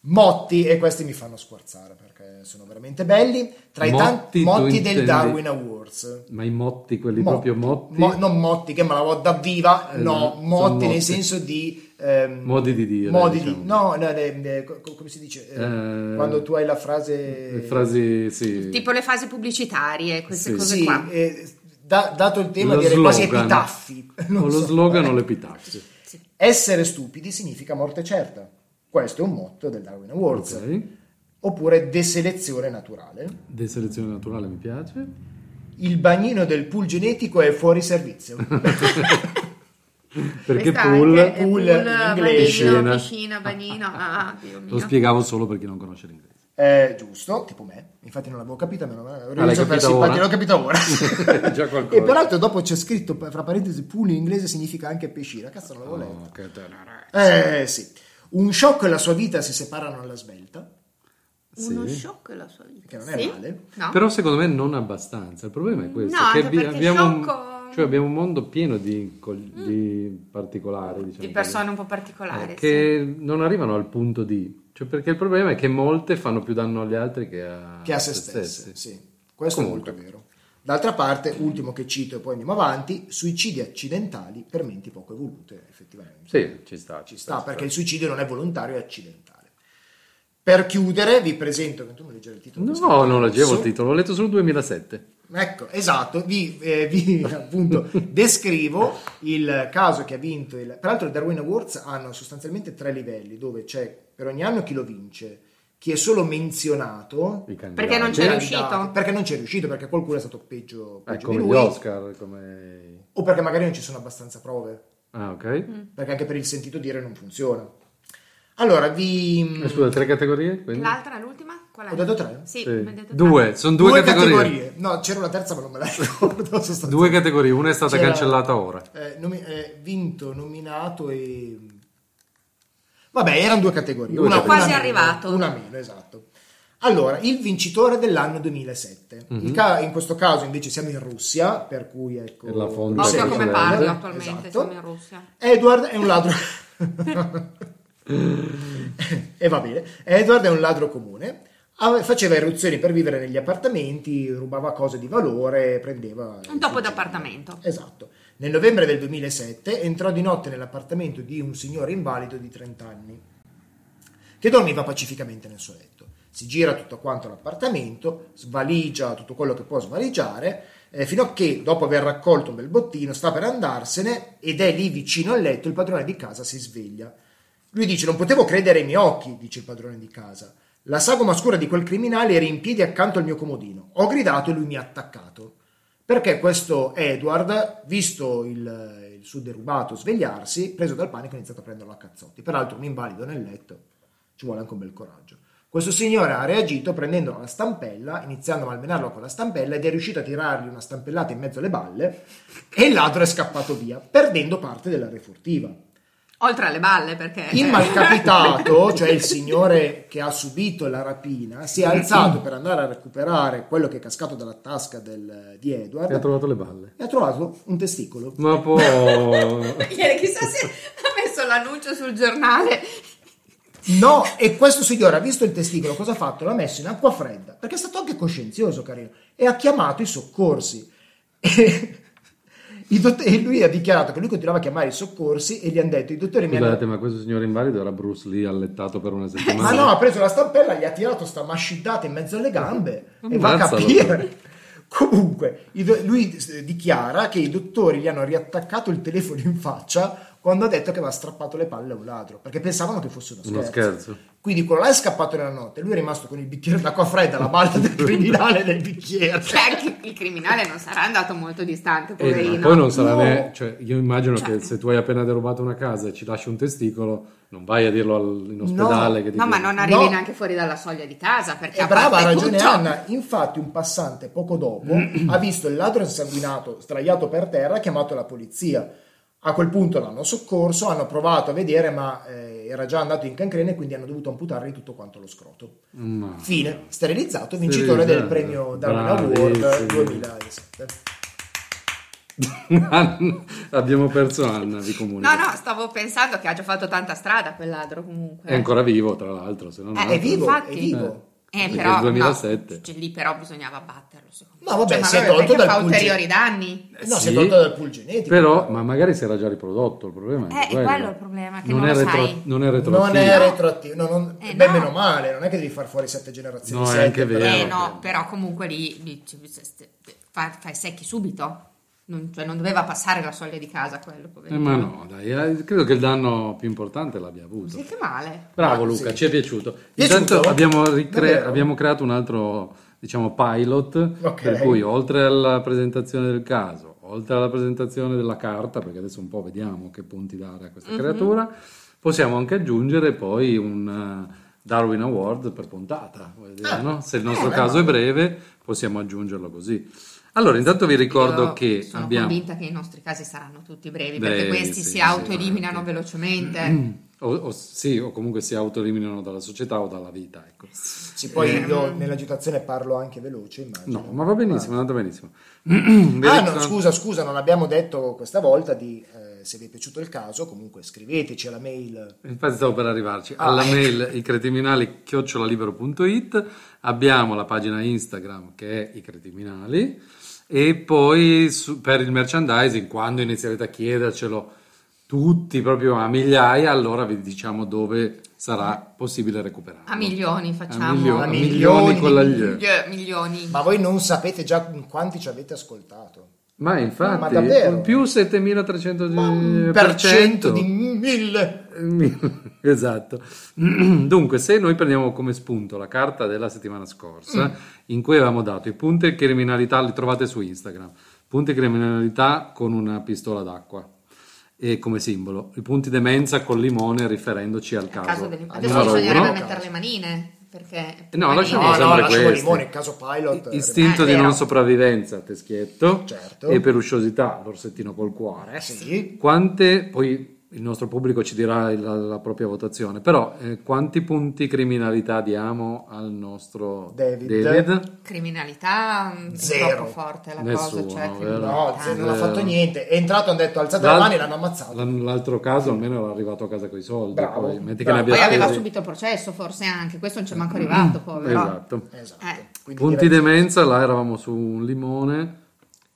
Speaker 3: Motti, e questi mi fanno squarzare perché sono veramente belli. Tra i tanti
Speaker 4: Motti, tu
Speaker 3: motti del
Speaker 4: intendi-
Speaker 3: Darwin Awards.
Speaker 4: Ma i motti, quelli
Speaker 3: Motti.
Speaker 4: proprio motti,
Speaker 3: Mo- non motti che me la vada viva,
Speaker 4: Eh,
Speaker 3: no,
Speaker 4: sono
Speaker 3: motti
Speaker 4: motti.
Speaker 3: nel senso di... ehm,
Speaker 4: Modi di dire,
Speaker 3: Modi
Speaker 4: diciamo.
Speaker 3: di... No, no, le- le- co- co- come si dice? Eh,
Speaker 4: Eh,
Speaker 3: quando tu hai la frase...
Speaker 4: le frasi, sì.
Speaker 5: Tipo le fasi pubblicitarie, queste
Speaker 4: Sì.
Speaker 5: cose
Speaker 3: Sì,
Speaker 5: qua.
Speaker 3: eh, da- dato il tema
Speaker 4: Lo
Speaker 3: direi quasi
Speaker 4: slogan.
Speaker 3: epitaffi. Non
Speaker 4: o lo
Speaker 3: so.
Speaker 4: slogan o l'epitaxi.
Speaker 3: Essere stupidi significa morte certa. Questo è un motto del Darwin Awards.
Speaker 4: Ok.
Speaker 3: Oppure deselezione naturale.
Speaker 4: Deselezione naturale mi piace.
Speaker 3: Il bagnino del pool genetico è fuori servizio.
Speaker 4: Perché
Speaker 5: Questa
Speaker 4: pool
Speaker 5: anche-
Speaker 3: pool
Speaker 5: pool,
Speaker 3: in inglese.
Speaker 5: bagnino,
Speaker 4: Piscina.
Speaker 5: piscina, bagnino. Ah, Dio mio.
Speaker 4: lo spiegavo solo per chi non conosce l'inglese.
Speaker 3: Eh, giusto, tipo me. Infatti non l'avevo capita, meno male. Ero
Speaker 4: Ah, l'hai
Speaker 3: io per
Speaker 4: capita
Speaker 3: simpatico,
Speaker 4: ora?
Speaker 3: l'ho capita ora.
Speaker 4: Già qualcosa.
Speaker 3: e peraltro dopo c'è scritto, fra parentesi, pool in inglese significa anche piscina. Cazzo, non l'avevo letto.
Speaker 4: Oh, che tenere.
Speaker 3: Eh, sì. Un shock e la sua vita si separano alla svelta,
Speaker 5: Uno
Speaker 4: Sì.
Speaker 5: shock la sua vita.
Speaker 3: che non è
Speaker 5: Sì?
Speaker 3: male.
Speaker 5: No.
Speaker 4: Però secondo me non abbastanza. Il problema è questo:
Speaker 5: No,
Speaker 4: che
Speaker 5: anche
Speaker 4: abbi-
Speaker 5: perché
Speaker 4: abbiamo, un-
Speaker 5: sciocco- Mm.
Speaker 4: cioè abbiamo un mondo pieno di, col- di particolari, diciamo così,
Speaker 5: Di persone un po'
Speaker 4: eh,
Speaker 5: particolari. sì.
Speaker 4: che non arrivano al punto di. Cioè, perché il problema è che molte fanno più danno agli altri che a,
Speaker 3: Che a se
Speaker 4: stesse.
Speaker 3: stesse. Sì. Questo
Speaker 4: Comunque.
Speaker 3: è molto vero. D'altra parte, ultimo che cito e poi andiamo avanti, suicidi accidentali per menti poco evolute, effettivamente.
Speaker 4: Sì, ci sta.
Speaker 3: Ci sta, perché il suicidio non è volontario, è accidentale. Per chiudere, vi presento. Tu mi leggi il titolo? di
Speaker 4: No,
Speaker 3: questo
Speaker 4: non leggevo il
Speaker 3: pezzo?
Speaker 4: titolo, l'ho letto solo 2007.
Speaker 3: Ecco, esatto, vi, eh, vi, appunto descrivo il caso che ha vinto il... Peraltro i Darwin Awards hanno sostanzialmente tre livelli, dove c'è per ogni anno chi lo vince, chi è solo menzionato...
Speaker 4: i candidati.
Speaker 5: Perché non c'è
Speaker 3: candidati,
Speaker 5: riuscito.
Speaker 3: Perché non c'è riuscito, perché qualcuno è stato peggio,
Speaker 4: Eh,
Speaker 3: peggio
Speaker 4: come
Speaker 3: di
Speaker 4: gli
Speaker 3: lui,
Speaker 4: Oscar, come...
Speaker 3: o perché magari non ci sono abbastanza prove,
Speaker 4: Ah, ok.
Speaker 5: Mm.
Speaker 3: perché anche per il sentito dire non funziona. Allora, vi...
Speaker 4: Eh, Scusa, tre categorie? quindi?
Speaker 5: L'altra, l'ultima? Qual è?
Speaker 3: Ho detto tre?
Speaker 5: Sì,
Speaker 4: Sì.
Speaker 5: mi ha detto
Speaker 4: Due, sono due, categorie.
Speaker 3: No, c'era una terza ma non me la ricordo. sostanzialmente.
Speaker 4: Due categorie, una è stata
Speaker 3: C'era-
Speaker 4: cancellata ora.
Speaker 3: Eh, nomi- eh, vinto, nominato e... Vabbè, erano due categorie.
Speaker 4: Due
Speaker 3: una,
Speaker 4: categorie.
Speaker 3: una
Speaker 5: Quasi
Speaker 3: meno,
Speaker 5: arrivato.
Speaker 3: Una meno, esatto. Allora, il vincitore dell'anno 2007.
Speaker 4: Mhm.
Speaker 3: Il ca- in questo caso invece siamo in Russia, per cui ecco...
Speaker 4: Per la fonte
Speaker 3: Russia
Speaker 5: Occhio come
Speaker 3: Occidente.
Speaker 5: parlo
Speaker 3: Esatto.
Speaker 5: attualmente, siamo in Russia.
Speaker 3: Edward è un ladro... e va bene. Edward è un ladro comune. Ave- Faceva irruzioni per vivere negli appartamenti, rubava cose di valore, prendeva...
Speaker 5: Un topo d'appartamento.
Speaker 3: Esatto. Nel novembre del 2007 entrò di notte nell'appartamento di un signore invalido di 30 anni che dormiva pacificamente nel suo letto. Si gira tutto quanto l'appartamento, svaligia tutto quello che può svaligiare, eh, fino a che, dopo aver raccolto un bel bottino, sta per andarsene ed è lì vicino al letto, il padrone di casa si sveglia. Lui dice, non potevo credere ai miei occhi, dice il padrone di casa. La sagoma scura di quel criminale era in piedi accanto al mio comodino. Ho gridato e lui mi ha attaccato. Perché questo Edward, visto il, il suo derubato svegliarsi, preso dal panico ha iniziato a prenderlo a cazzotti. Peraltro un invalido nel letto ci vuole anche un bel coraggio. Questo signore ha reagito prendendo la stampella, iniziando a malmenarlo con la stampella ed è riuscito a tirargli una stampellata in mezzo alle balle e il ladro è scappato via, perdendo parte della refurtiva.
Speaker 5: Oltre alle balle, perché...
Speaker 3: Il malcapitato, cioè il signore che ha subito la rapina, si è alzato per andare a recuperare quello che è cascato dalla tasca del- di
Speaker 4: E ha
Speaker 3: Edward
Speaker 4: trovato le balle.
Speaker 3: e ha trovato un testicolo.
Speaker 4: Ma poi...
Speaker 5: Ieri chissà se ha messo l'annuncio sul giornale.
Speaker 3: No, e questo signore ha visto il testicolo, cosa ha fatto? L'ha messo in acqua fredda, perché è stato anche coscienzioso, carino, e ha chiamato i soccorsi. E, I dott- e lui ha dichiarato che lui continuava a chiamare i soccorsi e gli hanno detto i dottori mi hanno
Speaker 4: Scusate, ma questo signore invalido era Bruce Lee allettato per una settimana.
Speaker 3: ma no, ha preso la stampella, gli ha tirato sta masciddata in mezzo alle gambe e va a
Speaker 4: Ammazzalo.
Speaker 3: capire. Comunque, i do- lui eh, dichiara che i dottori gli hanno riattaccato il telefono in faccia quando ha detto che aveva strappato le palle a un ladro, perché pensavano che fosse uno scherzo.
Speaker 4: Uno scherzo.
Speaker 3: Quindi quello là è scappato nella notte, lui è rimasto con il bicchiere d'acqua fredda, la balza del criminale nel bicchiere.
Speaker 5: Cioè, anche il criminale non sarà andato molto distante,
Speaker 4: Eh, ma
Speaker 5: poverino.
Speaker 4: poi non sarà
Speaker 3: No.
Speaker 4: ne- cioè, io immagino che se tu hai appena derubato una casa e ci lasci un testicolo, non vai a dirlo al- in ospedale. Che ti
Speaker 5: No, ma
Speaker 4: chiedono-
Speaker 5: non arrivi
Speaker 3: No.
Speaker 5: neanche fuori dalla soglia di casa perché
Speaker 3: E
Speaker 5: a
Speaker 3: brava, ha
Speaker 5: parte
Speaker 3: ragione
Speaker 5: tutto-
Speaker 3: Anna. Infatti, un passante poco dopo ha visto il ladro insanguinato sdraiato per terra ha chiamato la polizia. A quel punto l'hanno soccorso, hanno provato a vedere, ma eh, era già andato in cancrena e quindi hanno dovuto amputargli tutto quanto lo scroto. Fine, sterilizzato, vincitore del
Speaker 4: Sterilizzato.
Speaker 3: premio Darwin
Speaker 4: Bravissimi.
Speaker 3: Award 2007.
Speaker 4: Anna, abbiamo perso Anna, vi comunico.
Speaker 5: No, no, stavo pensando che ha già fatto tanta strada quel ladro comunque.
Speaker 4: È ancora vivo, tra l'altro. Se no,
Speaker 5: Eh,
Speaker 4: no.
Speaker 3: È vivo,
Speaker 5: Infatti.
Speaker 3: è vivo.
Speaker 5: Eh,
Speaker 4: Perché
Speaker 5: però,
Speaker 4: il 2007.
Speaker 5: no, cioè, lì però bisognava abbatterlo, secondo me.
Speaker 3: No, vabbè,
Speaker 5: Cioè, ma
Speaker 3: si è
Speaker 5: allora
Speaker 3: tolto
Speaker 5: perché
Speaker 3: dal
Speaker 5: fa
Speaker 3: pulci-
Speaker 5: ulteriori danni.
Speaker 3: No, si
Speaker 4: Sì.
Speaker 3: è tolto dal pool genetico.
Speaker 4: Però, ma magari si era già riprodotto, il problema è
Speaker 5: Eh,
Speaker 4: anche
Speaker 5: è quello il problema, che non
Speaker 4: è
Speaker 5: lo
Speaker 4: retro-
Speaker 5: sai.
Speaker 4: Non è retroattivo.
Speaker 3: non è retroattivo, no, non-
Speaker 5: Eh,
Speaker 3: beh,
Speaker 5: no.
Speaker 3: meno male, non è che devi far fuori sette generazioni.
Speaker 4: No, è
Speaker 3: sette,
Speaker 4: anche
Speaker 3: però-
Speaker 4: vero.
Speaker 5: Eh no, però comunque lì lì ci- se- se- fa- fai secchi subito. Non, cioè, non doveva passare la soglia di casa quello,
Speaker 4: Eh,
Speaker 5: poverino.
Speaker 4: ma no, dai, eh, credo che il danno più importante l'abbia avuto.
Speaker 5: Sì, che male.
Speaker 4: Bravo
Speaker 3: Ah, sì.
Speaker 4: Luca, ci è piaciuto.
Speaker 3: Piaciuto?
Speaker 4: Intanto abbiamo, ricre-
Speaker 3: Davvero?
Speaker 4: abbiamo creato un altro diciamo, pilot
Speaker 3: Ok.
Speaker 4: per cui oltre alla presentazione del caso, oltre alla presentazione della carta, perché adesso un po' vediamo che punti dare a
Speaker 3: Mhm.
Speaker 4: questa creatura, possiamo anche aggiungere poi un eh, Darwin Award per puntata. Vuoi dire,
Speaker 3: Ah.
Speaker 4: no? Se il nostro
Speaker 3: beh,
Speaker 4: caso
Speaker 3: ma-
Speaker 4: è breve possiamo aggiungerlo così. Allora intanto vi ricordo
Speaker 5: Io
Speaker 4: che
Speaker 5: sono
Speaker 4: abbiamo...
Speaker 5: convinta che i nostri casi saranno tutti brevi,
Speaker 4: Brevi,
Speaker 5: perché questi
Speaker 4: sì,
Speaker 5: si
Speaker 4: sì,
Speaker 5: autoeliminano
Speaker 4: anche.
Speaker 5: velocemente.
Speaker 4: O, o- sì, o comunque si autoeliminano dalla società o dalla vita. Ecco.
Speaker 3: Sì, poi
Speaker 5: Eh,
Speaker 3: io
Speaker 5: mm.
Speaker 3: nell'agitazione parlo anche veloce, immagino.
Speaker 4: No, ma va benissimo, è andato benissimo.
Speaker 3: Ah, no,
Speaker 4: Vedete-
Speaker 3: scusa, scusa, non abbiamo detto questa volta di eh, se vi è piaciuto il caso, comunque scriveteci alla mail.
Speaker 4: Infatti stavo per arrivarci. Alla mail icretinali chiocciolalibero.it abbiamo la pagina Instagram che è icretinali e poi su- per il merchandising quando inizierete a chiedercelo tutti proprio a migliaia allora vi diciamo dove sarà possibile recuperarlo.
Speaker 5: A diciamo. milioni facciamo.
Speaker 4: A milio- a milioni,
Speaker 3: milioni
Speaker 4: con la
Speaker 5: Mil-
Speaker 4: gli-
Speaker 5: milioni.
Speaker 3: Ma voi non sapete già in quanti ci avete ascoltato.
Speaker 4: Ma infatti,
Speaker 3: Ma davvero?
Speaker 4: più 7300 di-
Speaker 3: Per cento di mille.
Speaker 4: Esatto. Dunque, se noi prendiamo come spunto la carta della settimana scorsa, in cui avevamo dato i punti criminalità, li trovate su Instagram, punti criminalità con una pistola d'acqua e come simbolo, i punti demenza col limone riferendoci al
Speaker 5: Nel
Speaker 4: caso.
Speaker 5: caso dell'im- Adesso
Speaker 4: numero
Speaker 5: bisognerebbe
Speaker 4: uno.
Speaker 5: mettere le manine. Perché eh,
Speaker 4: No, lasciamo
Speaker 3: No,
Speaker 5: manine-
Speaker 3: no, lasciamo
Speaker 4: sempre
Speaker 3: il
Speaker 4: questi.
Speaker 3: limone, il caso pilot.
Speaker 4: Istinto
Speaker 5: Eh,
Speaker 4: di
Speaker 5: vero.
Speaker 4: non sopravvivenza, teschietto,
Speaker 3: Certo.
Speaker 4: e per usciosità, l'orsettino col cuore.
Speaker 3: Eh, sì.
Speaker 4: Quante, poi il nostro pubblico ci dirà la, la propria votazione, però eh, quanti punti criminalità diamo al nostro
Speaker 3: David.
Speaker 5: Criminalità mh,
Speaker 3: Zero.
Speaker 5: è troppo forte la
Speaker 4: Nessuno,
Speaker 5: cosa. Cioè,
Speaker 4: vero?
Speaker 3: No,
Speaker 5: criminalità.
Speaker 3: zio,
Speaker 4: eh,
Speaker 3: non ha fatto niente. È entrato, hanno detto alzate le
Speaker 4: L'al-
Speaker 3: mani e l'hanno ammazzato.
Speaker 4: l'an- L'altro caso almeno era arrivato a casa con i soldi,
Speaker 3: Bravo,
Speaker 4: poi
Speaker 3: bravo.
Speaker 4: metti che ne
Speaker 5: Poi
Speaker 4: abbia
Speaker 5: aveva
Speaker 4: spesi.
Speaker 5: subito processo, forse anche. Questo non c'è manco arrivato, povero.
Speaker 4: Esatto.
Speaker 3: Esatto.
Speaker 5: Eh.
Speaker 3: Quindi
Speaker 4: Punti
Speaker 3: direi-
Speaker 4: demenza, là eravamo su un limone,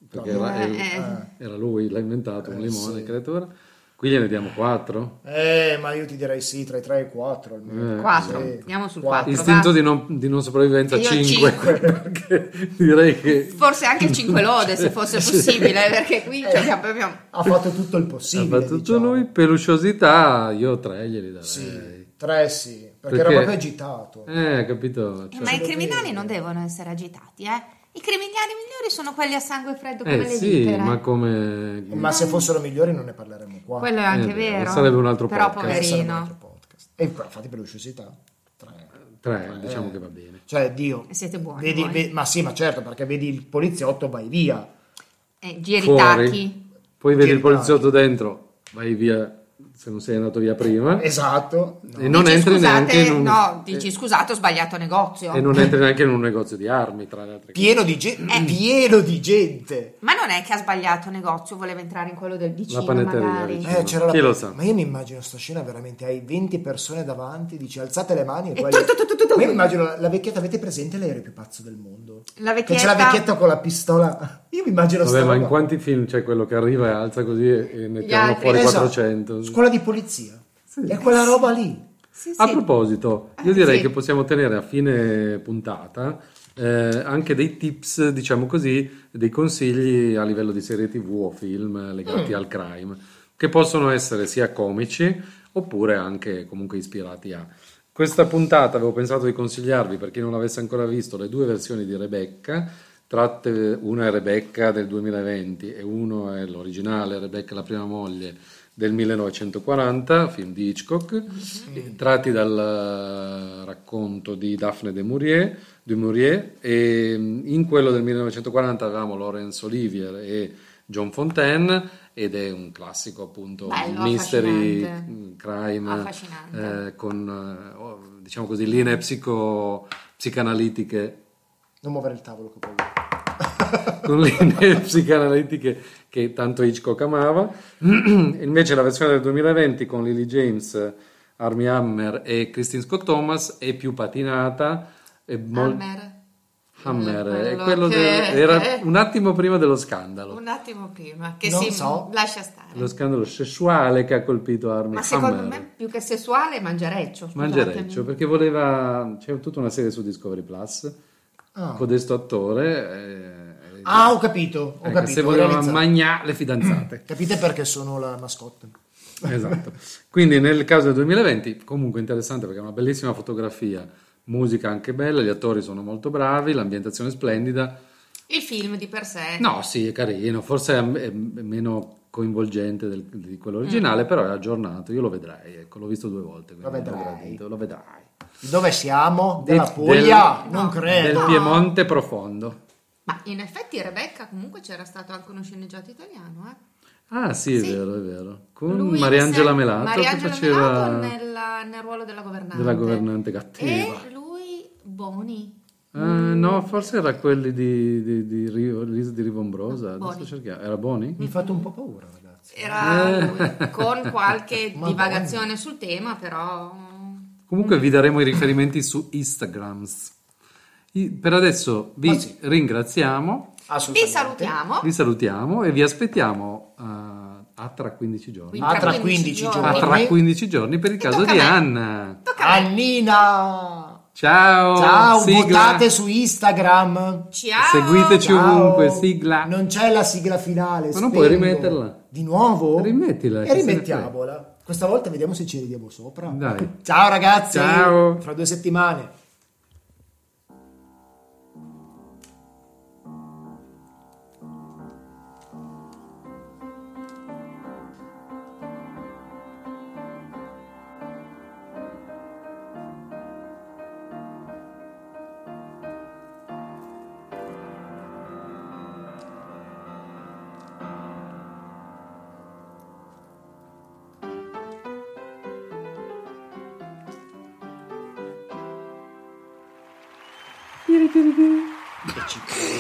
Speaker 4: perché era,
Speaker 5: Eh,
Speaker 4: era- era lui, l'ha inventato un limone, creatura. Qui gliene diamo quattro.
Speaker 3: Eh, ma io ti direi sì, tra i 3 e i 4 almeno.
Speaker 4: Eh,
Speaker 5: 4.
Speaker 3: Sì.
Speaker 5: Andiamo sul
Speaker 3: Quattro.
Speaker 5: 4.
Speaker 4: Istinto di non, di non sopravvivenza
Speaker 5: Io
Speaker 4: 5,
Speaker 5: cinque.
Speaker 4: perché direi che
Speaker 5: Forse anche 5 lode se fosse possibile, perché qui cioè, abbiamo- abbiamo
Speaker 3: Ha fatto tutto il
Speaker 4: ha
Speaker 3: possibile.
Speaker 4: fatto tutto
Speaker 3: diciamo.
Speaker 4: lui. Pelusciosità, io tre glieli darei.
Speaker 3: Sì, tre sì, perché, era
Speaker 4: Perché-
Speaker 3: proprio agitato.
Speaker 4: Eh, capito?
Speaker 5: Eh,
Speaker 4: Cioè,
Speaker 5: ma i criminali non devono essere agitati, eh? I criminali migliori sono quelli a sangue freddo come
Speaker 4: eh
Speaker 5: le
Speaker 4: sì,
Speaker 5: vipere.
Speaker 4: ma come...
Speaker 3: Ma se fossero migliori non ne parleremmo qua.
Speaker 5: Quello è anche
Speaker 4: Eh,
Speaker 5: vero.
Speaker 4: sarebbe un altro
Speaker 5: Però,
Speaker 4: podcast.
Speaker 3: Eh, sarebbe un altro
Speaker 5: poverino,
Speaker 3: podcast. E qua, infatti per l'usciosità, tre. Eh,
Speaker 4: Tre, diciamo che va bene.
Speaker 3: Cioè, Dio.
Speaker 5: Siete buoni
Speaker 3: vedi-
Speaker 5: voi.
Speaker 3: ve- ma sì, ma certo, perché vedi il poliziotto, vai via.
Speaker 5: eh, giri
Speaker 4: Fuori,
Speaker 5: tacchi.
Speaker 4: poi vedi
Speaker 3: Giri
Speaker 4: il poliziotto dentro, vai via se non sei andato via prima.
Speaker 3: Esatto. no.
Speaker 4: E non
Speaker 5: Dici,
Speaker 4: entri
Speaker 5: scusate,
Speaker 4: neanche in un... eh.
Speaker 5: No, dici scusate, ho sbagliato negozio.
Speaker 4: E non entri neanche in un negozio di armi, tra le altre cose.
Speaker 3: Pieno di, ge-
Speaker 5: Eh.
Speaker 3: pieno di gente.
Speaker 5: Ma non è che ha sbagliato negozio, voleva entrare in quello del vicino
Speaker 4: La panetteria,
Speaker 5: magari.
Speaker 4: dici.
Speaker 3: Eh, c'era la-
Speaker 4: Chi lo sa?
Speaker 3: Ma io mi immagino sta scena veramente, hai 20 persone davanti, dici alzate le mani e,
Speaker 5: E
Speaker 3: poi...
Speaker 5: tu, tu, tu, tu, tu, tu.
Speaker 3: Ma io mi immagino la, la vecchietta, avete presente l'aereo più pazzo del mondo?
Speaker 5: La
Speaker 3: Che c'è la
Speaker 5: vecchietta-
Speaker 3: vecchietta con la pistola. Io mi immagino sta
Speaker 4: Vabbè, ma in
Speaker 3: roba.
Speaker 4: quanti film c'è quello che arriva e alza così e e ne
Speaker 5: Gli
Speaker 4: tirano
Speaker 5: altri.
Speaker 4: fuori
Speaker 3: Esatto.
Speaker 4: 400?
Speaker 3: Scuola di polizia. È quella roba lì.
Speaker 5: Sì, sì.
Speaker 4: A proposito, io direi
Speaker 5: sì.
Speaker 4: che possiamo tenere a fine puntata eh, anche dei tips, diciamo così, dei consigli a livello di serie TV o film
Speaker 5: Mm.
Speaker 4: legati al crime, che possono essere sia comici oppure anche comunque ispirati a. Questa puntata avevo pensato di consigliarvi, per chi non l'avesse ancora visto, le due versioni di Rebecca. Tratte, una è Rebecca del 2020 e uno è l'originale Rebecca la prima moglie del 1940, film di Hitchcock,
Speaker 5: Mhm.
Speaker 4: eh, tratti dal eh, racconto di Daphne de Maurier, de Maurier e mm, in quello del 1940 avevamo Laurence Olivier e John Fontaine ed è un classico appunto
Speaker 5: Bello,
Speaker 4: mystery
Speaker 5: affascinante.
Speaker 4: mm, crime
Speaker 5: Affascinante.
Speaker 4: eh, con eh, oh, diciamo così linee psico- psicanalitiche
Speaker 3: Non muovere il tavolo che poi...
Speaker 4: con le idee psicanalitiche che tanto Hitchcock amava. Invece la versione del 2020 con Lily James, Armie Hammer e Christine Scott Thomas è più patinata. È mol-
Speaker 5: Hammer,
Speaker 4: Hammer,
Speaker 5: Quello
Speaker 4: è quello
Speaker 5: che-
Speaker 4: del- era
Speaker 5: eh.
Speaker 4: un attimo prima dello scandalo.
Speaker 5: un attimo prima, che
Speaker 3: Non
Speaker 5: si
Speaker 3: so.
Speaker 5: lascia stare.
Speaker 4: Lo scandalo sessuale che ha colpito Armie
Speaker 5: Ma
Speaker 4: Hammer.
Speaker 5: secondo me più che sessuale è mangiareccio. scusatemi.
Speaker 4: Mangereccio, perché voleva... c'è tutta una serie su Discovery Plus,
Speaker 3: Ah.
Speaker 4: codesto attore... eh,
Speaker 3: Ah, ho capito, ho
Speaker 4: eh,
Speaker 3: capito.
Speaker 4: se
Speaker 3: ho
Speaker 4: voleva
Speaker 3: realizzato.
Speaker 4: magnà le fidanzate.
Speaker 3: Capite perché sono la mascotte.
Speaker 4: Esatto. Quindi nel caso del 2020, comunque interessante perché è una bellissima fotografia, musica anche bella, gli attori sono molto bravi, l'ambientazione è splendida.
Speaker 5: Il film di per sé.
Speaker 4: No, sì, è carino, forse è, è meno coinvolgente del- di quello
Speaker 5: Mm.
Speaker 4: originale, però è aggiornato, io lo vedrei, ecco, l'ho visto due volte, quindi
Speaker 3: Lo vedrai.
Speaker 4: l'ho gradito, lo vedrai.
Speaker 5: Ah.
Speaker 3: Dove siamo? Della
Speaker 4: Del-
Speaker 3: Puglia?
Speaker 4: del-
Speaker 3: non credo.
Speaker 4: Del Piemonte profondo.
Speaker 5: Ma in effetti Rebecca comunque c'era stato anche uno sceneggiato italiano, eh.
Speaker 4: Ah sì, è
Speaker 5: Sì.
Speaker 4: vero, è vero. Con
Speaker 5: Lui
Speaker 4: Mariangela
Speaker 5: se-
Speaker 4: Melato
Speaker 5: Mariangela
Speaker 4: che faceva
Speaker 5: Melato nella- nel ruolo della governante.
Speaker 4: della governante cattiva.
Speaker 5: E lui Boni.
Speaker 4: Eh, no, forse era quelli di, di, di, Rio- di Rivombrosa. Adesso
Speaker 5: Ah, Boni.
Speaker 4: cerchiamo. Era Boni?
Speaker 3: Mi fate un po' paura, ragazzi.
Speaker 5: Era
Speaker 4: Eh.
Speaker 5: lui, con qualche
Speaker 3: Ma
Speaker 5: divagazione sul tema, però mm,
Speaker 4: Comunque vi daremo i riferimenti su Instagrams. I- Per adesso vi ringraziamo,
Speaker 5: vi
Speaker 3: Assolutamente.
Speaker 5: salutiamo.
Speaker 4: vi salutiamo e vi aspettiamo eh, a tra 15 giorni.
Speaker 5: Quindi
Speaker 3: Ah, tra 15
Speaker 4: A
Speaker 3: giorni. Ah,
Speaker 4: tra 15 giorni per il caso
Speaker 5: tocca
Speaker 4: di
Speaker 5: a me.
Speaker 4: Anna.
Speaker 5: Tocca a me.
Speaker 3: Annina!
Speaker 4: Ciao!
Speaker 3: Ciao,
Speaker 4: Oh, sigla.
Speaker 3: votate su Instagram.
Speaker 5: Ciao.
Speaker 4: Seguiteci
Speaker 3: Ciao.
Speaker 4: ovunque, sigla.
Speaker 3: Non c'è la sigla finale.
Speaker 4: Ma non puoi
Speaker 3: spengo.
Speaker 4: rimetterla.
Speaker 3: Di nuovo?
Speaker 4: Rimettila,
Speaker 3: E
Speaker 4: chi se ne
Speaker 3: rimettiamola. Questa volta vediamo se ci ridiamo sopra.
Speaker 4: Dai.
Speaker 3: Ciao ragazzi.
Speaker 4: Ciao.
Speaker 3: Fra due settimane.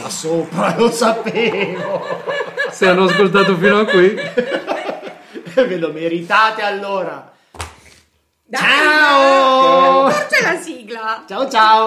Speaker 3: Là sopra, lo sapevo.
Speaker 4: Se hanno ascoltato fino a qui,
Speaker 3: Ve lo meritate allora.
Speaker 5: Dai,
Speaker 3: Ciao.
Speaker 5: C'è la sigla.
Speaker 3: Ciao ciao.